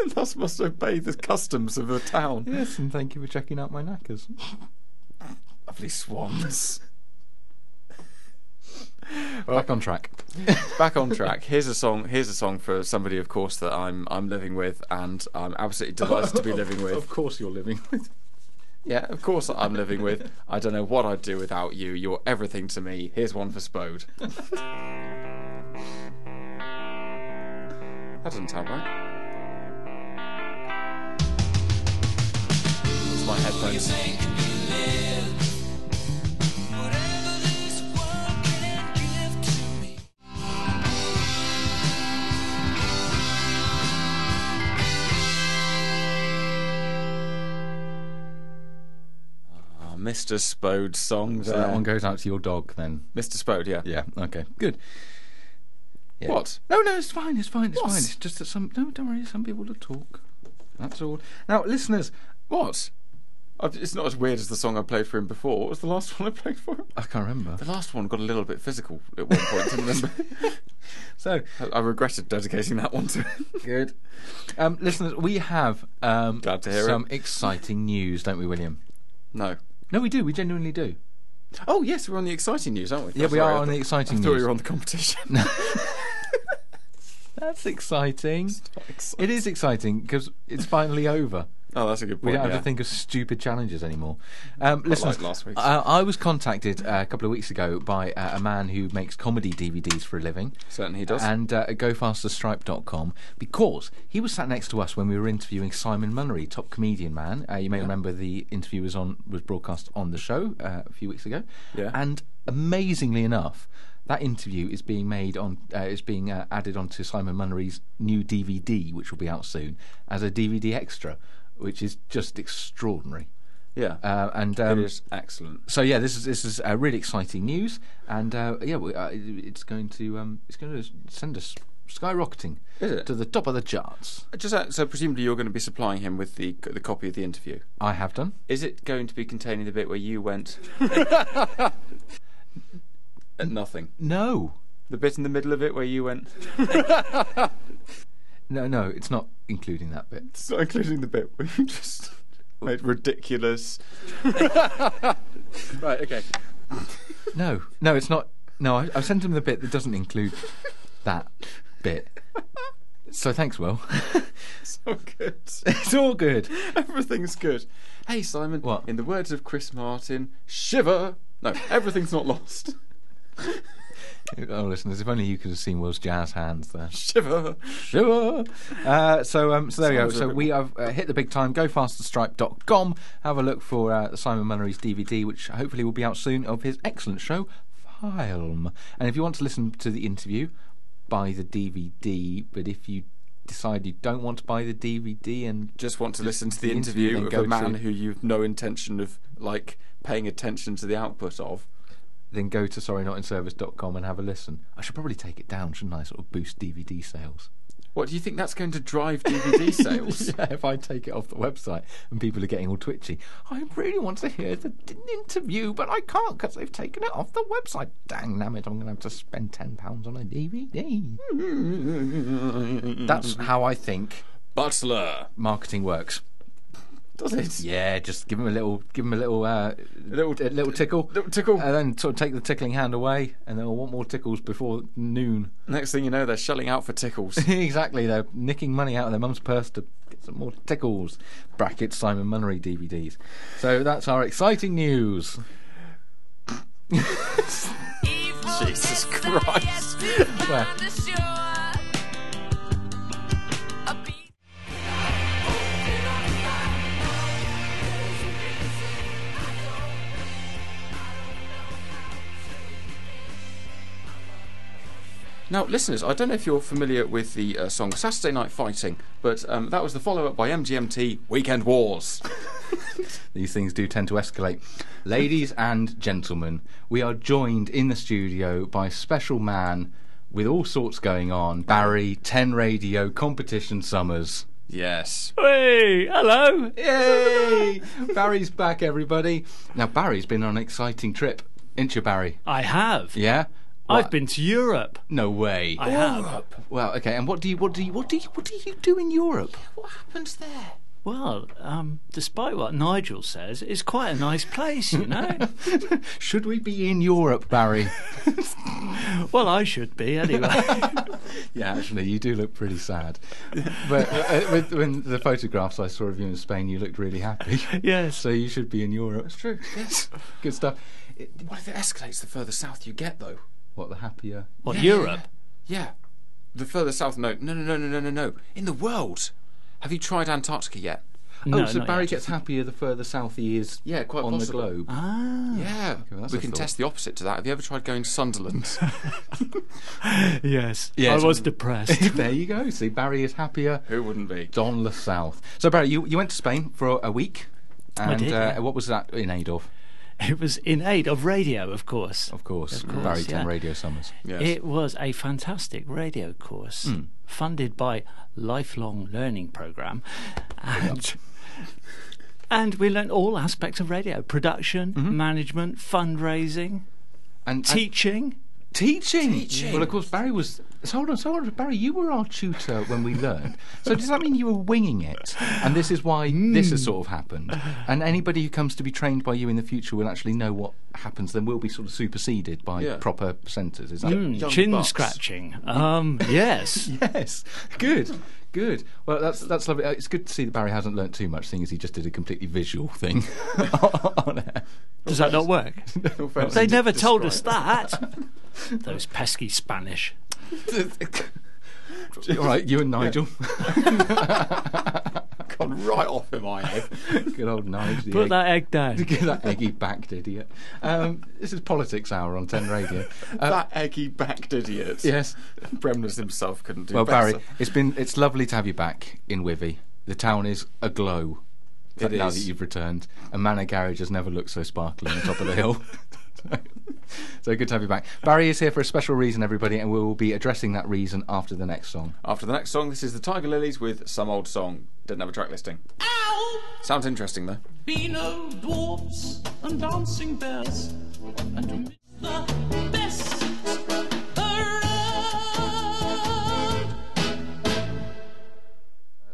Speaker 2: And thus must obey the customs of the town.
Speaker 1: Yes, and thank you for checking out my knackers.
Speaker 2: Lovely swans.
Speaker 1: Back on track.
Speaker 2: Back on track. Here's a song. Here's a song for somebody, of course, that I'm I'm living with, and I'm absolutely delighted to be living with.
Speaker 1: course you're living with.
Speaker 2: Yeah, of course I'm living with. I don't know what I'd do without you. You're everything to me. Here's one for Spode. that doesn't sound right. It's my headphones. Oh, Mr. Spode song.
Speaker 1: So
Speaker 2: there.
Speaker 1: that one goes out to your dog then.
Speaker 2: Mr. Spode, yeah.
Speaker 1: Yeah. Okay. Good. Yeah.
Speaker 7: What?
Speaker 1: No, no, it's fine. It's fine. It's
Speaker 7: What?
Speaker 1: fine. It's just that some. No, don't worry. Some people will talk. That's all.
Speaker 7: Now, listeners, what? Uh, It's not as weird as the song I played for him before. What was the last one I played for him?
Speaker 1: I can't remember.
Speaker 7: The last one got a little bit physical at one point, didn't it?
Speaker 1: So
Speaker 7: I, I regretted dedicating that one to him.
Speaker 1: good. Um, listeners, we have um,
Speaker 7: Glad to hear it.
Speaker 1: some exciting news, don't we, William?
Speaker 7: No.
Speaker 1: No, we do. We genuinely do.
Speaker 7: Oh, yes, we're on the exciting news,
Speaker 2: Oh,
Speaker 7: aren't we?
Speaker 1: Yeah, we
Speaker 7: Sorry,
Speaker 1: are
Speaker 7: I
Speaker 1: on the
Speaker 7: thought-
Speaker 1: exciting
Speaker 7: I thought
Speaker 1: news.
Speaker 7: we were on the competition.
Speaker 1: That's exciting.
Speaker 7: exciting.
Speaker 1: It is exciting because it's finally over.
Speaker 7: Oh, that's a good point.
Speaker 1: We don't have
Speaker 7: yeah.
Speaker 1: to think of stupid challenges anymore. Um, listen,
Speaker 7: like last week's.
Speaker 1: uh, I was contacted uh, a couple of weeks ago by uh, a man who makes comedy DVDs for a living.
Speaker 7: Certainly he does.
Speaker 1: And uh, at gofasterstripe.com because he was sat next to us when we were interviewing Simon Munnery, top comedian man. Uh, you may remember the interview was on was broadcast on the show uh, a few weeks ago.
Speaker 7: Yeah.
Speaker 1: And amazingly enough, that interview is being made on uh, is being uh, added onto Simon Munnery's new DVD, which will be out soon as a DVD extra, which is just extraordinary.
Speaker 7: Yeah.
Speaker 1: Uh, and um,
Speaker 7: it is excellent.
Speaker 1: so yeah, this is this is uh, really exciting news, and uh, yeah, we, uh, it- it's going to um, it's going to send us skyrocketing
Speaker 7: Is it?
Speaker 1: to the top of the charts.
Speaker 7: Just uh, so presumably you're going to be supplying him with the the copy of the interview.
Speaker 1: I have done.
Speaker 7: Is it going to be containing the bit where you went at nothing?
Speaker 1: No,
Speaker 7: The bit in the middle of it where you went.
Speaker 1: no, no, it's not including that bit.
Speaker 7: It's not including the bit where you just made ridiculous. right. Okay.
Speaker 1: No, no, it's not. No, I, I've sent him the bit that doesn't include that bit. So thanks, Will.
Speaker 7: So good.
Speaker 1: it's all good.
Speaker 7: Everything's good. Hey Simon.
Speaker 1: What?
Speaker 7: In the words of Chris Martin, shiver. No, everything's not lost.
Speaker 1: Oh, listeners, if only you could have seen Will's jazz hands there.
Speaker 7: Shiver.
Speaker 1: Sure. Uh, so, um, so there we go.
Speaker 7: Sounds
Speaker 1: So
Speaker 7: like
Speaker 1: we have uh, hit the big time. Go fasterstripe.com. Have a look for uh, Simon Munnery's DVD, which hopefully will be out soon, of his excellent show, Film. And if you want to listen to the interview, buy the DVD. But if you decide you don't want to buy the DVD and
Speaker 7: just want to listen to
Speaker 1: the
Speaker 7: the
Speaker 1: interview and
Speaker 7: interview of
Speaker 1: go
Speaker 7: a man
Speaker 1: to-
Speaker 7: who you've no intention of like paying attention to the output of.
Speaker 1: then go to sorrynotinservice.com and have a listen. I should probably take it down, shouldn't I? Sort of boost DVD sales.
Speaker 7: What do you think that's going to drive DVD sales?
Speaker 1: Yeah, if I take it off the website and people are getting all twitchy, I really want to hear the d- interview, but I can't because they've taken it off the website. Dang, damn it, I'm going to have to spend £10 on a DVD. That's how I think
Speaker 7: Butler,
Speaker 1: marketing works.
Speaker 7: does it?
Speaker 1: Yeah, just give them a little, give them a little, uh, a
Speaker 7: little-
Speaker 1: little tickle,
Speaker 7: little tickle.
Speaker 1: and then sort of take the tickling hand away, and they'll want more tickles before noon.
Speaker 7: Next thing you know, they're shelling out for tickles.
Speaker 1: exactly, they're nicking money out of their mum's purse to get some more tickles. Bracket Simon Munnery DVDs. So that's our exciting news.
Speaker 7: Jesus Christ!
Speaker 1: Where?
Speaker 7: Now, listeners, I don't know if you're familiar with the uh, song "Saturday Night Fighting," but um, that was the follow-up by MGMT "Weekend Wars."
Speaker 1: These things do tend to escalate. Ladies and gentlemen, we are joined in the studio by a special man with all sorts going on. Barry, 10 Radio, Competition Summers.
Speaker 7: yes.
Speaker 9: Hey, hello.
Speaker 1: Yay! Barry's back, everybody. Now, Barry's been on an exciting trip. Ain't you, Barry?
Speaker 9: I have.
Speaker 1: Yeah?
Speaker 9: I've
Speaker 1: What?
Speaker 9: been to Europe.
Speaker 1: No way.
Speaker 9: I have.
Speaker 1: Well, okay. And what do you what do you what do you what do you do in Europe?
Speaker 9: Well, um, despite what Nigel says, it's quite a nice place, you know.
Speaker 1: Should we be in Europe, Barry?
Speaker 9: well, I should be anyway.
Speaker 1: yeah, actually, you do look pretty sad. But uh, with when the photographs I saw of you in Spain, you looked really happy.
Speaker 9: Yes.
Speaker 1: So you should be in Europe. That's true. Yes. Good stuff. It,
Speaker 7: Well, if it escalates the further south you get, though.
Speaker 1: what the happier?
Speaker 9: what Europe?
Speaker 7: Yeah. The further south, no, no, no, no, no, no, no, no. In the world, have you tried Antarctica yet?
Speaker 9: No,
Speaker 1: oh, so
Speaker 9: not
Speaker 1: Barry
Speaker 9: yet.
Speaker 1: gets happier the further south he is.
Speaker 7: Yeah, quite
Speaker 1: on
Speaker 7: possible.
Speaker 1: the globe.
Speaker 9: Ah,
Speaker 7: Yeah,
Speaker 1: that's
Speaker 7: we
Speaker 1: a
Speaker 7: can
Speaker 1: thought.
Speaker 7: test the opposite to that. Have you ever tried going to Sunderland?
Speaker 9: yes.
Speaker 1: Yes.
Speaker 9: I was depressed.
Speaker 1: there you go. See, Barry is happier
Speaker 7: Who wouldn't be?
Speaker 1: on the south. So Barry, you you went to Spain for a, a week, and
Speaker 9: did,
Speaker 1: uh,
Speaker 9: yeah.
Speaker 1: what was that in aid of?
Speaker 9: It was in aid of radio, of course.
Speaker 1: Of course,
Speaker 9: Of course,
Speaker 1: Barryton
Speaker 9: yeah.
Speaker 1: Radio Summers.
Speaker 7: Yes.
Speaker 9: It was a fantastic radio course
Speaker 1: Hmm.
Speaker 9: funded by Lifelong Learning Program, and and we learned all aspects of radio: production,
Speaker 1: Mm-hmm.
Speaker 9: management, fundraising,
Speaker 1: And, and
Speaker 9: teaching.
Speaker 1: teaching. Well, of course, Barry was. So hold on, so hold on, Barry, you were our tutor when we learned. So does that mean you were winging it? And this is why this has sort of happened. And anybody who comes to be trained by you in the future will actually know what happens. Then we'll be sort of superseded by
Speaker 7: Yeah.
Speaker 1: proper centres. Is that
Speaker 9: Mm,
Speaker 7: young
Speaker 9: chin
Speaker 7: bucks.
Speaker 9: scratching. Um, yes.
Speaker 1: Yes, good, good. Well, that's that's lovely. Uh, It's good to see that Barry hasn't learnt too much, seeing as he just did a completely visual thing on air.
Speaker 9: Does that not work? They never told us that. Those pesky Spanish.
Speaker 1: All right, you and Nigel.
Speaker 7: Gone right off in my head.
Speaker 1: good old Nigel. the
Speaker 9: Put
Speaker 1: egg-
Speaker 9: that egg down.
Speaker 1: Get that eggy backed idiot. Um, this is Politics Hour on 10 Radio. Uh,
Speaker 7: that eggy backed idiot.
Speaker 1: yes.
Speaker 7: Bremner's himself couldn't do
Speaker 1: Well,
Speaker 7: better.
Speaker 1: Barry, it's been it's lovely to have you back in Wivy. The town is aglow
Speaker 7: It
Speaker 1: now
Speaker 7: is.
Speaker 1: that you've returned. A manor garage has never looked so sparkling on top of the hill. so good to have you back. Barry is here for a special reason, everybody, and we will be addressing that reason after the next song.
Speaker 7: After the next song, this is the Tiger Lilies with some old song. Didn't have a track listing. Sounds interesting though.
Speaker 10: been of dwarfs and dancing bears and amidst the best around.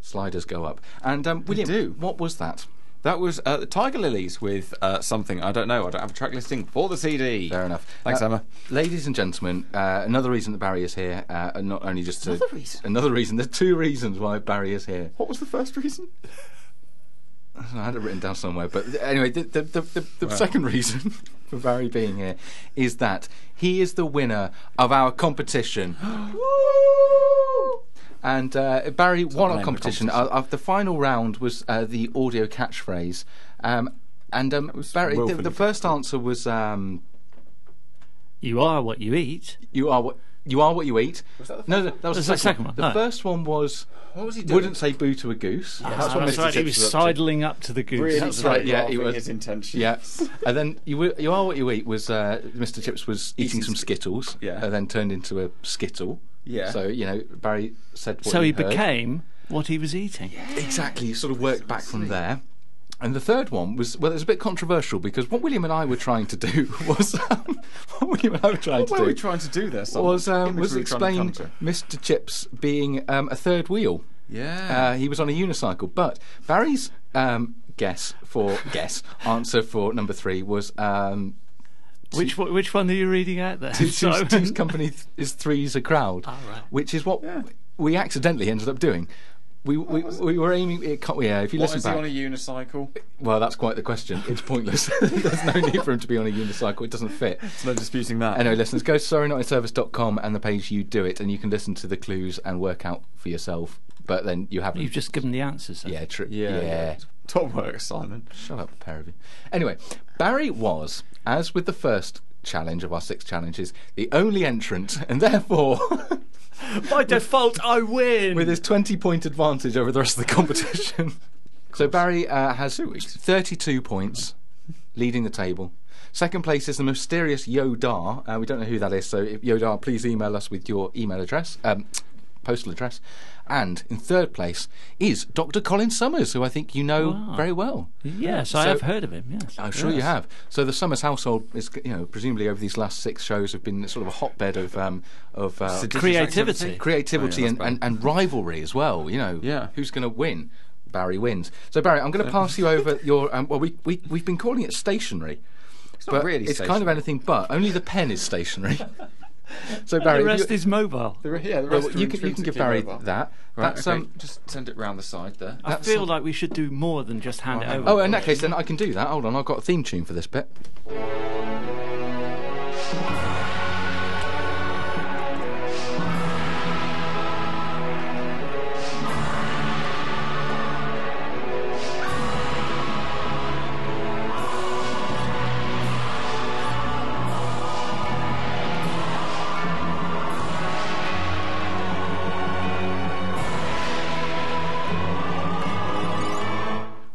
Speaker 1: Sliders go up. And um, William,
Speaker 7: do.
Speaker 1: what was that?
Speaker 7: That was uh, the Tiger Lilies with uh, something I don't know. I don't have a track listing for the CD.
Speaker 1: Fair enough.
Speaker 7: Thanks,
Speaker 1: Uh,
Speaker 7: Emma.
Speaker 1: Ladies and gentlemen, uh, another reason that Barry is here, uh, and not only just to. Another reason? Another reason. There's two reasons why Barry is here.
Speaker 7: What was the first reason?
Speaker 1: I had it written down somewhere, but th- anyway, the, the, the, the, the second reason for Barry being here is that he is the winner of our competition. and uh, Barry won our
Speaker 7: name of the
Speaker 1: competition.
Speaker 7: competition.
Speaker 1: Uh, uh, the final round was uh, the audio catchphrase. Um, and um, Barry, the,
Speaker 7: willfully
Speaker 1: the first answer was um,
Speaker 9: You are what you eat.
Speaker 1: You are what you are what you eat. Was that the no, no, that was
Speaker 9: Was
Speaker 1: the
Speaker 9: that
Speaker 1: second
Speaker 9: second
Speaker 1: one.
Speaker 9: one?
Speaker 1: The
Speaker 9: No.
Speaker 1: first one was. What was he doing? Wouldn't say boo to a goose.
Speaker 9: Uh, That's,
Speaker 7: what Mr.
Speaker 9: right. He
Speaker 7: Tips
Speaker 9: was
Speaker 7: was up to.
Speaker 9: sidling up to the goose.
Speaker 1: That's right, yeah, he was-
Speaker 7: his intention.
Speaker 1: Yeah, and then you were- you are what you eat was uh, Mr. Chips was eating some skittles,
Speaker 7: Yeah.
Speaker 1: and then turned into a skittle.
Speaker 7: Yeah.
Speaker 1: So you know Barry said. What
Speaker 9: So he
Speaker 1: heard.
Speaker 9: became what he was eating.
Speaker 1: exactly. You sort of worked back from there. And the third one was well, it was a bit controversial because what William and I were trying to do was um, what William and I were trying to
Speaker 7: What
Speaker 1: do.
Speaker 7: were we trying to do there? Simon?
Speaker 1: was um,
Speaker 7: Image
Speaker 1: was
Speaker 7: we were trying to
Speaker 1: explain
Speaker 7: conjure.
Speaker 1: Mr. Chips being um, a third wheel. uh,
Speaker 7: Yeah.
Speaker 1: he was on a unicycle. But Barry's um, guess for guess answer for number three was um,
Speaker 9: Which one, which one are you reading out there?
Speaker 1: two's,
Speaker 9: Simon?
Speaker 1: two's company th- is three's a crowd,
Speaker 9: right.
Speaker 1: which is what we accidentally ended up doing. We we, we were aiming. It can't, yeah, if you
Speaker 7: What
Speaker 1: listen
Speaker 7: is
Speaker 1: back,
Speaker 7: he on a unicycle?
Speaker 1: well, that's quite the question. It's pointless. There's no need for him to be on a unicycle. It doesn't fit.
Speaker 7: No disputing that.
Speaker 1: Anyway, listeners, go to sorrynotinservice.com and the page you do it, and you can listen to the clues and work out for yourself. But then you haven't.
Speaker 9: You've just given the answers. then.
Speaker 1: yeah, true.
Speaker 7: Yeah,
Speaker 1: yeah.
Speaker 7: yeah. Top work, Simon.
Speaker 1: Shut up, pair of you. Anyway, Barry was, as with the first challenge of our six challenges, the only entrant, and therefore,
Speaker 9: By default, I win.
Speaker 1: with his 20 point advantage over the rest of the competition. so Barry uh, has 32 points, leading the table. Second place is the mysterious Yodar. Uh, we don't know who that is, so if Yodar, please email us with your email address, um, postal address. And in third place is Dr. Colin Summers, who I think you know
Speaker 9: Wow.
Speaker 1: very well.
Speaker 9: yes, I
Speaker 1: So-
Speaker 9: have heard of him. Yes,
Speaker 1: I'm sure you have. So the Summers household is, you know, presumably over these last six shows have been sort of a hotbed of um, of uh,
Speaker 9: Creativity.
Speaker 1: creativity
Speaker 7: Oh, yeah,
Speaker 1: and,
Speaker 7: that's
Speaker 1: and, and rivalry as well. You know,
Speaker 7: Yeah.
Speaker 1: who's going to win? Barry wins. So Barry, I'm going to pass you over your. Um, well, we we we've been calling it stationary. It's
Speaker 7: not really
Speaker 1: It's kind of
Speaker 7: stationary.
Speaker 1: anything but. Only the pen is stationary. so Barry,
Speaker 9: The
Speaker 1: if
Speaker 9: rest
Speaker 1: you,
Speaker 9: is mobile.
Speaker 7: The re- yeah, the
Speaker 1: well,
Speaker 7: rest are
Speaker 1: you can you can give
Speaker 7: intrinsically
Speaker 1: Barry
Speaker 7: mobile.
Speaker 1: that.
Speaker 7: Right,
Speaker 1: That's
Speaker 7: okay.
Speaker 1: um.
Speaker 7: just send it round the side there.
Speaker 9: I feel like we should do more than just hand it over.
Speaker 1: Oh, in that case, then I can do that. Hold on, I've got a theme tune for this bit.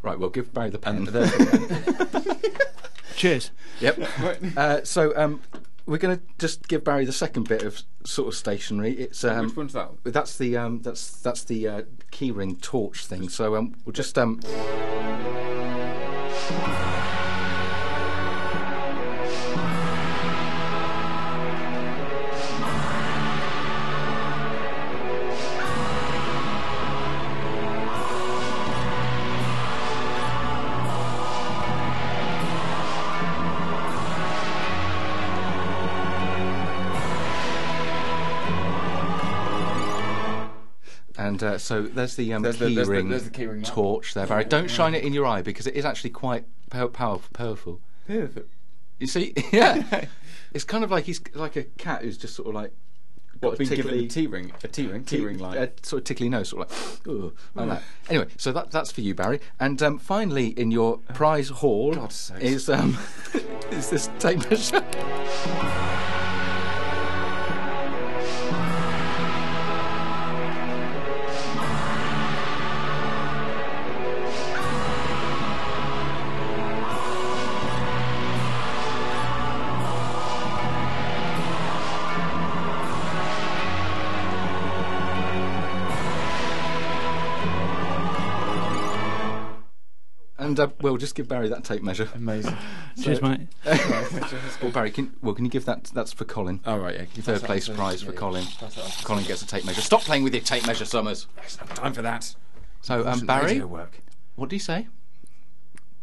Speaker 1: Right, well, give Barry the pen.
Speaker 7: And there.
Speaker 9: Cheers.
Speaker 1: Yep. uh, so um, we're going to just give Barry the second bit of sort of stationery. It's um,
Speaker 5: Which one's that?
Speaker 1: That's the um, that's that's the uh, keyring torch thing. So um, we'll just um. And uh, so there's the um,
Speaker 5: There's the-
Speaker 1: keyring
Speaker 5: there's the- there's the keyring light.
Speaker 1: torch there, Barry. Don't shine it in your eye because it is actually quite pow- powerful. Powerful. You see, yeah, it's kind of like he's like a cat who's just sort of like got
Speaker 7: What,
Speaker 1: a
Speaker 7: being given
Speaker 1: tickly-
Speaker 7: a tea ring? A tea ring? Tea, ring light.
Speaker 1: uh, sort of tickly nose, sort of like, "Ugh," like that. Anyway, so that, that's for you, Barry. And um, finally, in your prize haul
Speaker 7: God's sakes.
Speaker 1: is um, is this tape measure. And uh, we'll just give Barry that tape measure.
Speaker 7: Amazing.
Speaker 9: Cheers, mate.
Speaker 1: Well, Barry, can, well, can you give that? That's for Colin.
Speaker 5: All right, yeah.
Speaker 1: Third place prize for Colin. Colin gets a tape measure. Stop playing with your tape measure, Summers.
Speaker 5: Time for that.
Speaker 1: So, um, Barry,
Speaker 5: Radio work.
Speaker 1: what do you say?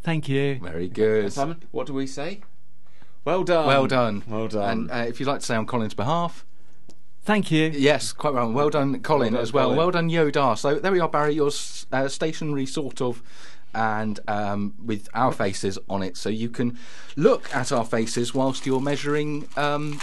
Speaker 9: Thank you.
Speaker 1: Very good.
Speaker 5: Simon, what do we say? Well done.
Speaker 1: Well done.
Speaker 5: Well done.
Speaker 1: And uh, if you'd like to say on Colin's behalf,
Speaker 9: Thank you.
Speaker 1: Yes, quite well. Well done, Colin,
Speaker 5: Well done,
Speaker 1: as well.
Speaker 5: Colin.
Speaker 1: Well done, Yodar. So there we are, Barry. Your s- uh, stationary sort of, and um, with our faces on it, so you can look at our faces whilst you're measuring um,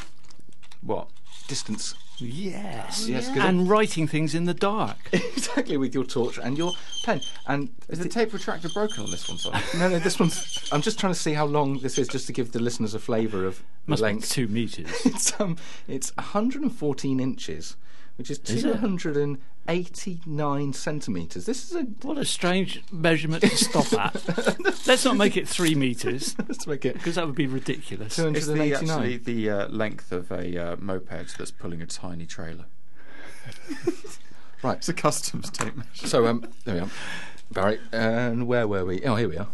Speaker 1: what distance.
Speaker 7: Oh,
Speaker 9: Yes.
Speaker 1: Yes, 'cause
Speaker 9: And writing things in the dark.
Speaker 1: exactly with your torch and your pen. And
Speaker 7: Is the tape retractor broken on this one, Simon?
Speaker 1: no, no, this one's. I'm just trying to see how long this is, just to give the listeners a flavour of the
Speaker 9: Must
Speaker 1: length.
Speaker 9: be two meters.
Speaker 1: it's um, it's 114 inches, which is
Speaker 9: Is it?
Speaker 1: 289 centimeters. This is a
Speaker 9: What a strange measurement to stop at. Let's not make it three meters
Speaker 1: Let's make it
Speaker 9: because that would be ridiculous.
Speaker 7: It's the, actually
Speaker 1: 289.
Speaker 7: the uh, length of a uh, moped that's pulling a tiny trailer.
Speaker 1: Right.
Speaker 7: It's a customs tape measure.
Speaker 1: So um, there we are, Barry. And where were we? Oh, here we are.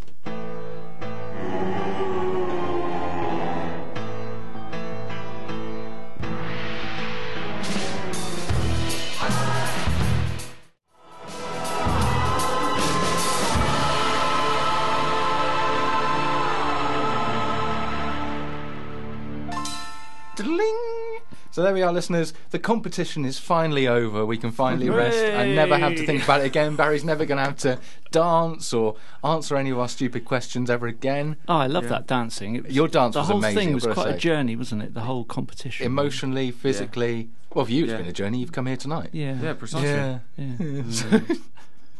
Speaker 1: Dling. So there we are, listeners. The competition is finally over. We can finally rest and never have to think about it again. Barry's never going to have to dance or answer any of our stupid questions ever again.
Speaker 9: Oh, I love that dancing. It was-
Speaker 1: Your dance
Speaker 9: the
Speaker 1: was
Speaker 9: whole
Speaker 1: amazing,
Speaker 9: thing
Speaker 1: I've
Speaker 9: was
Speaker 1: gotta
Speaker 9: quite
Speaker 1: say.
Speaker 9: a journey, wasn't it? The whole competition.
Speaker 1: Emotionally, physically. Well, for you, it's
Speaker 7: Yeah.
Speaker 1: been a journey. You've come here tonight.
Speaker 9: Yeah.
Speaker 7: Yeah, precisely.
Speaker 9: yeah.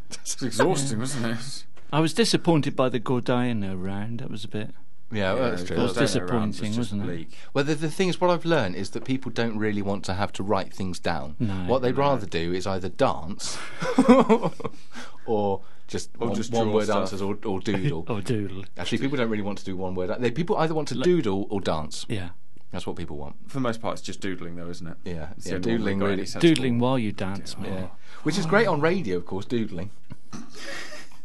Speaker 7: It's exhausting, wasn't it?
Speaker 9: I was disappointed by the Gordiana round. That was a bit.
Speaker 1: Yeah, well, that's
Speaker 7: Yeah,
Speaker 1: true.
Speaker 7: it
Speaker 9: was
Speaker 7: down there around,
Speaker 9: disappointing,
Speaker 7: it's just
Speaker 9: wasn't it?
Speaker 7: bleak.
Speaker 1: Well, the, the thing is, what I've learned is that people don't really want to have to write things down.
Speaker 9: No,
Speaker 1: what they'd
Speaker 9: no.
Speaker 1: rather do is either dance or just, one,
Speaker 7: just
Speaker 1: one
Speaker 7: draw
Speaker 1: word
Speaker 7: stuff.
Speaker 1: answers or, or doodle.
Speaker 9: Oh, doodle.
Speaker 1: Actually, people don't really want to do one word. They people either want to doodle or dance.
Speaker 9: Yeah.
Speaker 1: That's what people want.
Speaker 7: For the most part, it's just doodling, though, isn't it?
Speaker 1: Yeah,
Speaker 7: It's
Speaker 1: yeah,
Speaker 7: the
Speaker 1: doodling
Speaker 7: only one we've got
Speaker 1: really-
Speaker 7: any sensible-
Speaker 9: Doodling while you dance, man.
Speaker 1: Yeah, which is great on radio, of course. Doodling,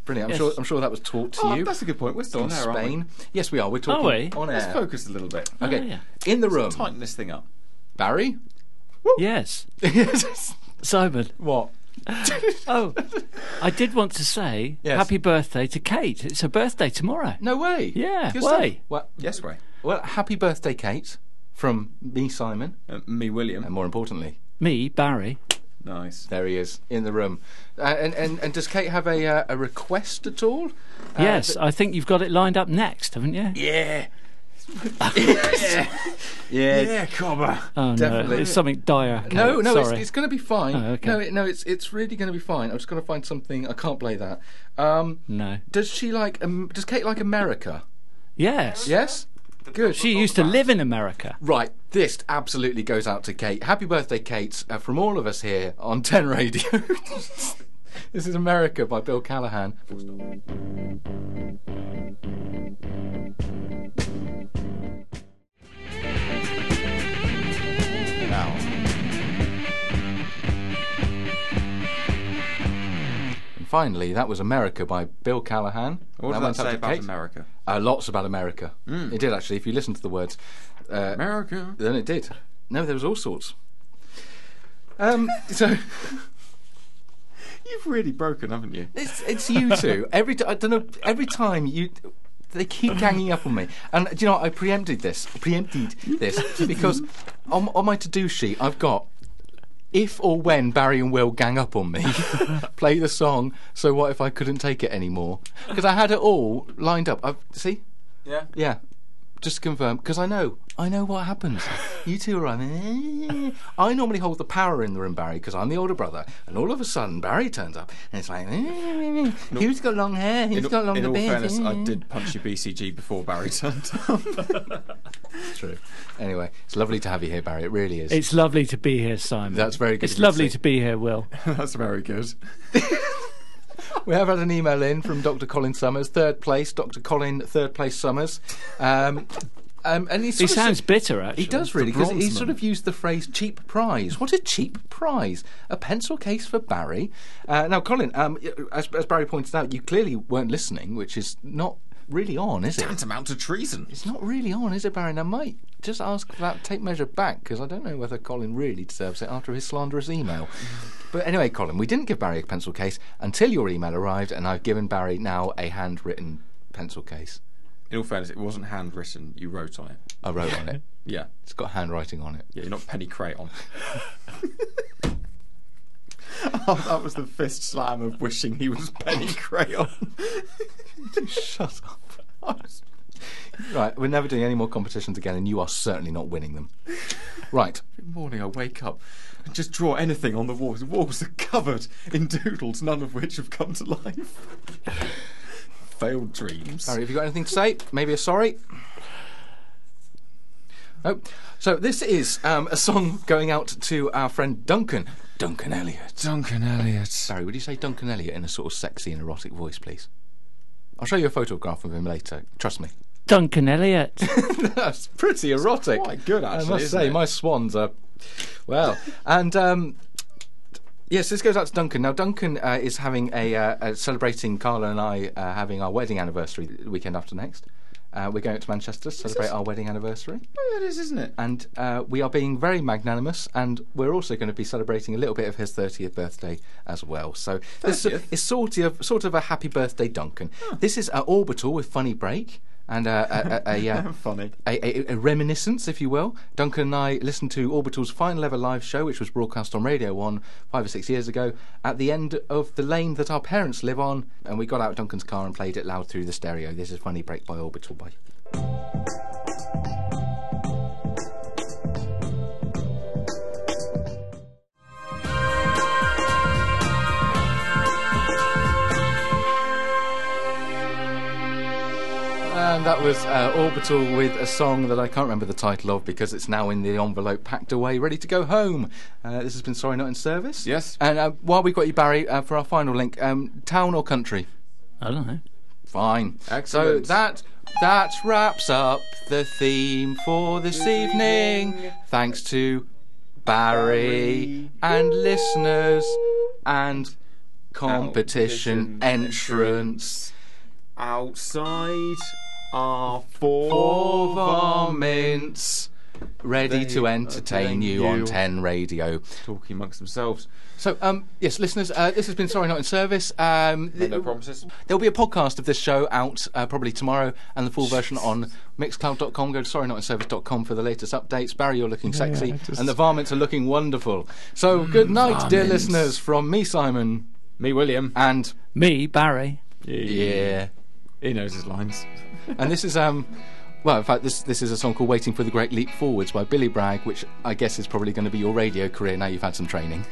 Speaker 1: brilliant. I'm sure. I'm sure that was taught to
Speaker 7: Oh,
Speaker 1: you
Speaker 7: that's a good point. We're still
Speaker 1: in
Speaker 7: on air, aren't we?
Speaker 1: Spain. Yes, we are. We're talking
Speaker 9: we?
Speaker 1: on
Speaker 7: Let's
Speaker 1: air.
Speaker 7: focus a little bit.
Speaker 1: Okay,
Speaker 9: Oh, yeah.
Speaker 1: in the room,
Speaker 7: Tighten this thing up.
Speaker 1: Barry.
Speaker 9: Yes. Simon.
Speaker 1: what?
Speaker 9: Oh, I did want to say
Speaker 1: Yes.
Speaker 9: happy birthday to Kate. It's her birthday tomorrow.
Speaker 1: No way.
Speaker 9: Yeah,
Speaker 1: Good
Speaker 9: way.
Speaker 1: stuff. Well,
Speaker 7: Yes, Ray.
Speaker 1: well, happy birthday, Kate, from me, Simon,
Speaker 7: Uh, me, William.
Speaker 1: and more importantly,
Speaker 9: Me, Barry.
Speaker 7: nice.
Speaker 1: there he is in the room. Uh, and, and and does Kate have a uh, a request at all? Uh,
Speaker 9: yes, I think you've got it lined up next, haven't you?
Speaker 1: Yeah. yeah. Yeah.
Speaker 7: cobber.
Speaker 9: oh,
Speaker 1: definitely.
Speaker 9: No, it's something dire. Kate.
Speaker 1: No, no, it's,
Speaker 9: Sorry.
Speaker 1: it's going to be fine.
Speaker 9: Oh, okay.
Speaker 1: No, it, no, it's it's really going to be fine. I'm just going to find something. I can't play that. Um,
Speaker 9: no.
Speaker 1: does she like? Um, does Kate like America?
Speaker 9: Yes.
Speaker 1: Yes. Good.
Speaker 9: She used to live in America.
Speaker 1: Right. This absolutely goes out to Kate. Happy birthday, Kate, uh, from all of us here on Ten Radio. this is America by Bill Callahan. Finally, that was America by Bill Callahan. That
Speaker 7: What does that
Speaker 1: went up
Speaker 7: say
Speaker 1: to
Speaker 7: about
Speaker 1: Kate.
Speaker 7: America? Hmm.
Speaker 1: Uh, lots about America. It did actually. If you listen to the words, uh,
Speaker 7: America.
Speaker 1: then it did. No, there was all sorts. Um, so
Speaker 7: You've really broken, haven't you?
Speaker 1: it's it's you two. Every t- I don't know. Every time you. They keep ganging up on me, and do you know what? I preempted this, preempted this, because on, on my to-do sheet I've got if or when Barry and Will gang up on me, play the song. So what if I couldn't take it anymore? Because I had it all lined up. I've, see,
Speaker 2: Yeah.
Speaker 1: yeah. Just to confirm, because I know, I know what happens. You two are. on- I normally hold the power in the room, Barry, because I'm the older brother, and all of a sudden Barry turns up, and it's like, who's got long hair? Who's
Speaker 7: In,
Speaker 1: got
Speaker 7: in
Speaker 1: longer
Speaker 7: all
Speaker 1: beard?
Speaker 7: fairness, I did punch your BCG before Barry turned up.
Speaker 1: True. Anyway, it's lovely to have you here, Barry. It really is.
Speaker 9: It's lovely to be here, Simon.
Speaker 1: That's very good
Speaker 9: It's
Speaker 1: of you to
Speaker 9: lovely
Speaker 1: say.
Speaker 9: to be here, Will.
Speaker 7: That's very good.
Speaker 1: We have had an email in from Dr. Colin Summers, third place. Dr. Colin, third place Summers. Um, um, and he's
Speaker 9: He
Speaker 1: sort of-
Speaker 9: sounds bitter, actually.
Speaker 1: He does really because he
Speaker 7: bronze
Speaker 1: sort
Speaker 7: man.
Speaker 1: of used the phrase "cheap prize." What a cheap prize! A pencil case for Barry. Uh, now, Colin, um, y- as, as Barry pointed out, you clearly weren't listening, which is not really on, is it?
Speaker 7: Tantamount to treason.
Speaker 1: It's not really on, is it, Barry? Now, might just ask that tape measure back because I don't know whether Colin really deserves it after his slanderous email. But anyway, Colin, we didn't give Barry a pencil case until your email arrived, and I've given Barry now a handwritten pencil case.
Speaker 7: In all fairness, it wasn't handwritten. You wrote on it.
Speaker 1: I wrote on it.
Speaker 7: Yeah.
Speaker 1: It's got handwriting on it.
Speaker 7: Yeah, you're not penny crayon. oh, that was the fist slam of wishing he was penny crayon.
Speaker 1: Shut up. right, we're never doing any more competitions again, and you are certainly not winning them. Right.
Speaker 7: morning I wake up and just draw anything on the walls. The walls are covered in doodles, none of which have come to life. Failed dreams.
Speaker 1: Barry, have you got anything to say? Maybe a sorry? Oh, so this is um, a song going out to our friend Duncan. Duncan Elliot.
Speaker 7: Duncan Elliot.
Speaker 1: Barry, would you say Duncan Elliot in a sort of sexy and erotic voice, please? I'll show you a photograph of him later. Trust me.
Speaker 9: Duncan Elliot.
Speaker 1: That's pretty erotic.
Speaker 7: quite good,
Speaker 1: I
Speaker 7: actually,
Speaker 1: must
Speaker 7: isn't
Speaker 1: say,
Speaker 7: it?
Speaker 1: my swans are. Well, and um, yes, this goes out to Duncan. Now, Duncan uh, is having a uh, uh, celebrating Carla and I uh, having our wedding anniversary the weekend after next. Uh, we're going up to Manchester to celebrate our wedding anniversary,
Speaker 7: Oh, yeah, it is, isn't it?
Speaker 1: and uh, we are being very magnanimous, and we're also going to be celebrating a little bit of his thirtieth birthday as well. So this is,
Speaker 7: 30th?
Speaker 1: is sort of sort of a happy birthday, Duncan. This is uh, Orbital with Funny Break and uh, a, a, a, uh,
Speaker 7: Funny.
Speaker 1: a, a, a reminiscence, if you will. Duncan and I listened to Orbital's final ever live show, which was broadcast on Radio 1 five or six years ago, at the end of the lane that our parents live on. And we got out Duncan's car and played it loud through the stereo. This is Funny Break by Orbital by. And that was uh, Orbital with a song that I can't remember the title of because it's now in the envelope, packed away, ready to go home. Uh, this has been Sorry Not in Service.
Speaker 7: Yes.
Speaker 1: And uh, while we've got you, Barry, uh, for our final link, um, town or country?
Speaker 9: I don't know.
Speaker 1: Fine.
Speaker 7: Excellent.
Speaker 1: So that that wraps up the theme for this evening. Thanks to Barry, and listeners and competition,
Speaker 7: Competition
Speaker 1: entrance
Speaker 7: Outside are four,
Speaker 1: or varmints ready
Speaker 7: They
Speaker 1: to entertain
Speaker 7: entertain
Speaker 1: you
Speaker 7: you.
Speaker 1: on 10 radio.
Speaker 7: talking amongst themselves.
Speaker 1: So um yes listeners uh, this has been sorry not in service um
Speaker 7: Make no promises.
Speaker 1: There'll be a podcast of this show out uh, probably tomorrow and the full version on mixcloud.com. Go to sorrynotinservice.com for the latest updates. Barry, you're looking sexy and the varmints are looking wonderful. So good night, dear listeners, from me, Simon,
Speaker 7: Me, William.
Speaker 1: and
Speaker 9: Me, Barry.
Speaker 1: yeah.
Speaker 7: He knows his lines.
Speaker 1: And this is um well, in fact, this this is a song called "Waiting for the Great Leap Forwards" by Billy Bragg, which I guess is probably going to be your radio career now you've had some training,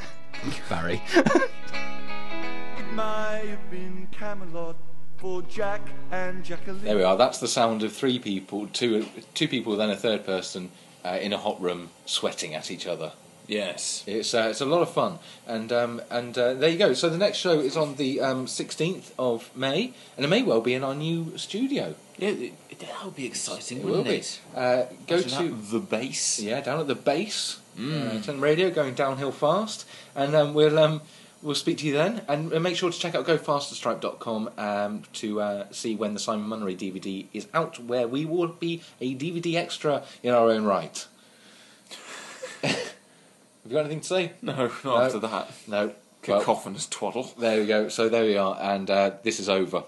Speaker 1: Barry.
Speaker 8: It may have been Camelot for Jack and Jacqueline.
Speaker 1: There we are. That's the sound of three people, two two people, then a third person uh, in a hot room sweating at each other.
Speaker 2: Yes.
Speaker 1: It's uh, it's a lot of fun, and um, and uh, there you go. So the next show is on the um, sixteenth of May, and it may well be in our new studio.
Speaker 2: Yeah, it, it- that would be exciting,
Speaker 1: It will
Speaker 2: wouldn't
Speaker 1: be.
Speaker 2: it?
Speaker 1: Uh, go
Speaker 2: Imagine
Speaker 1: to
Speaker 2: that, the base.
Speaker 1: yeah down at the base, mm. uh, Ten Radio, going downhill fast, and um, we'll um, we'll speak to you then, and uh, make sure to check out gofasterstripe.com um, to uh, see when the Simon Munnery DVD is out, where we will be a DVD extra in our own right. Have you got anything to say?
Speaker 2: Mm.
Speaker 1: No, not after that.
Speaker 2: No. Well,
Speaker 1: Cacophonous twaddle.
Speaker 2: there we go. So there we are, and uh, this is over.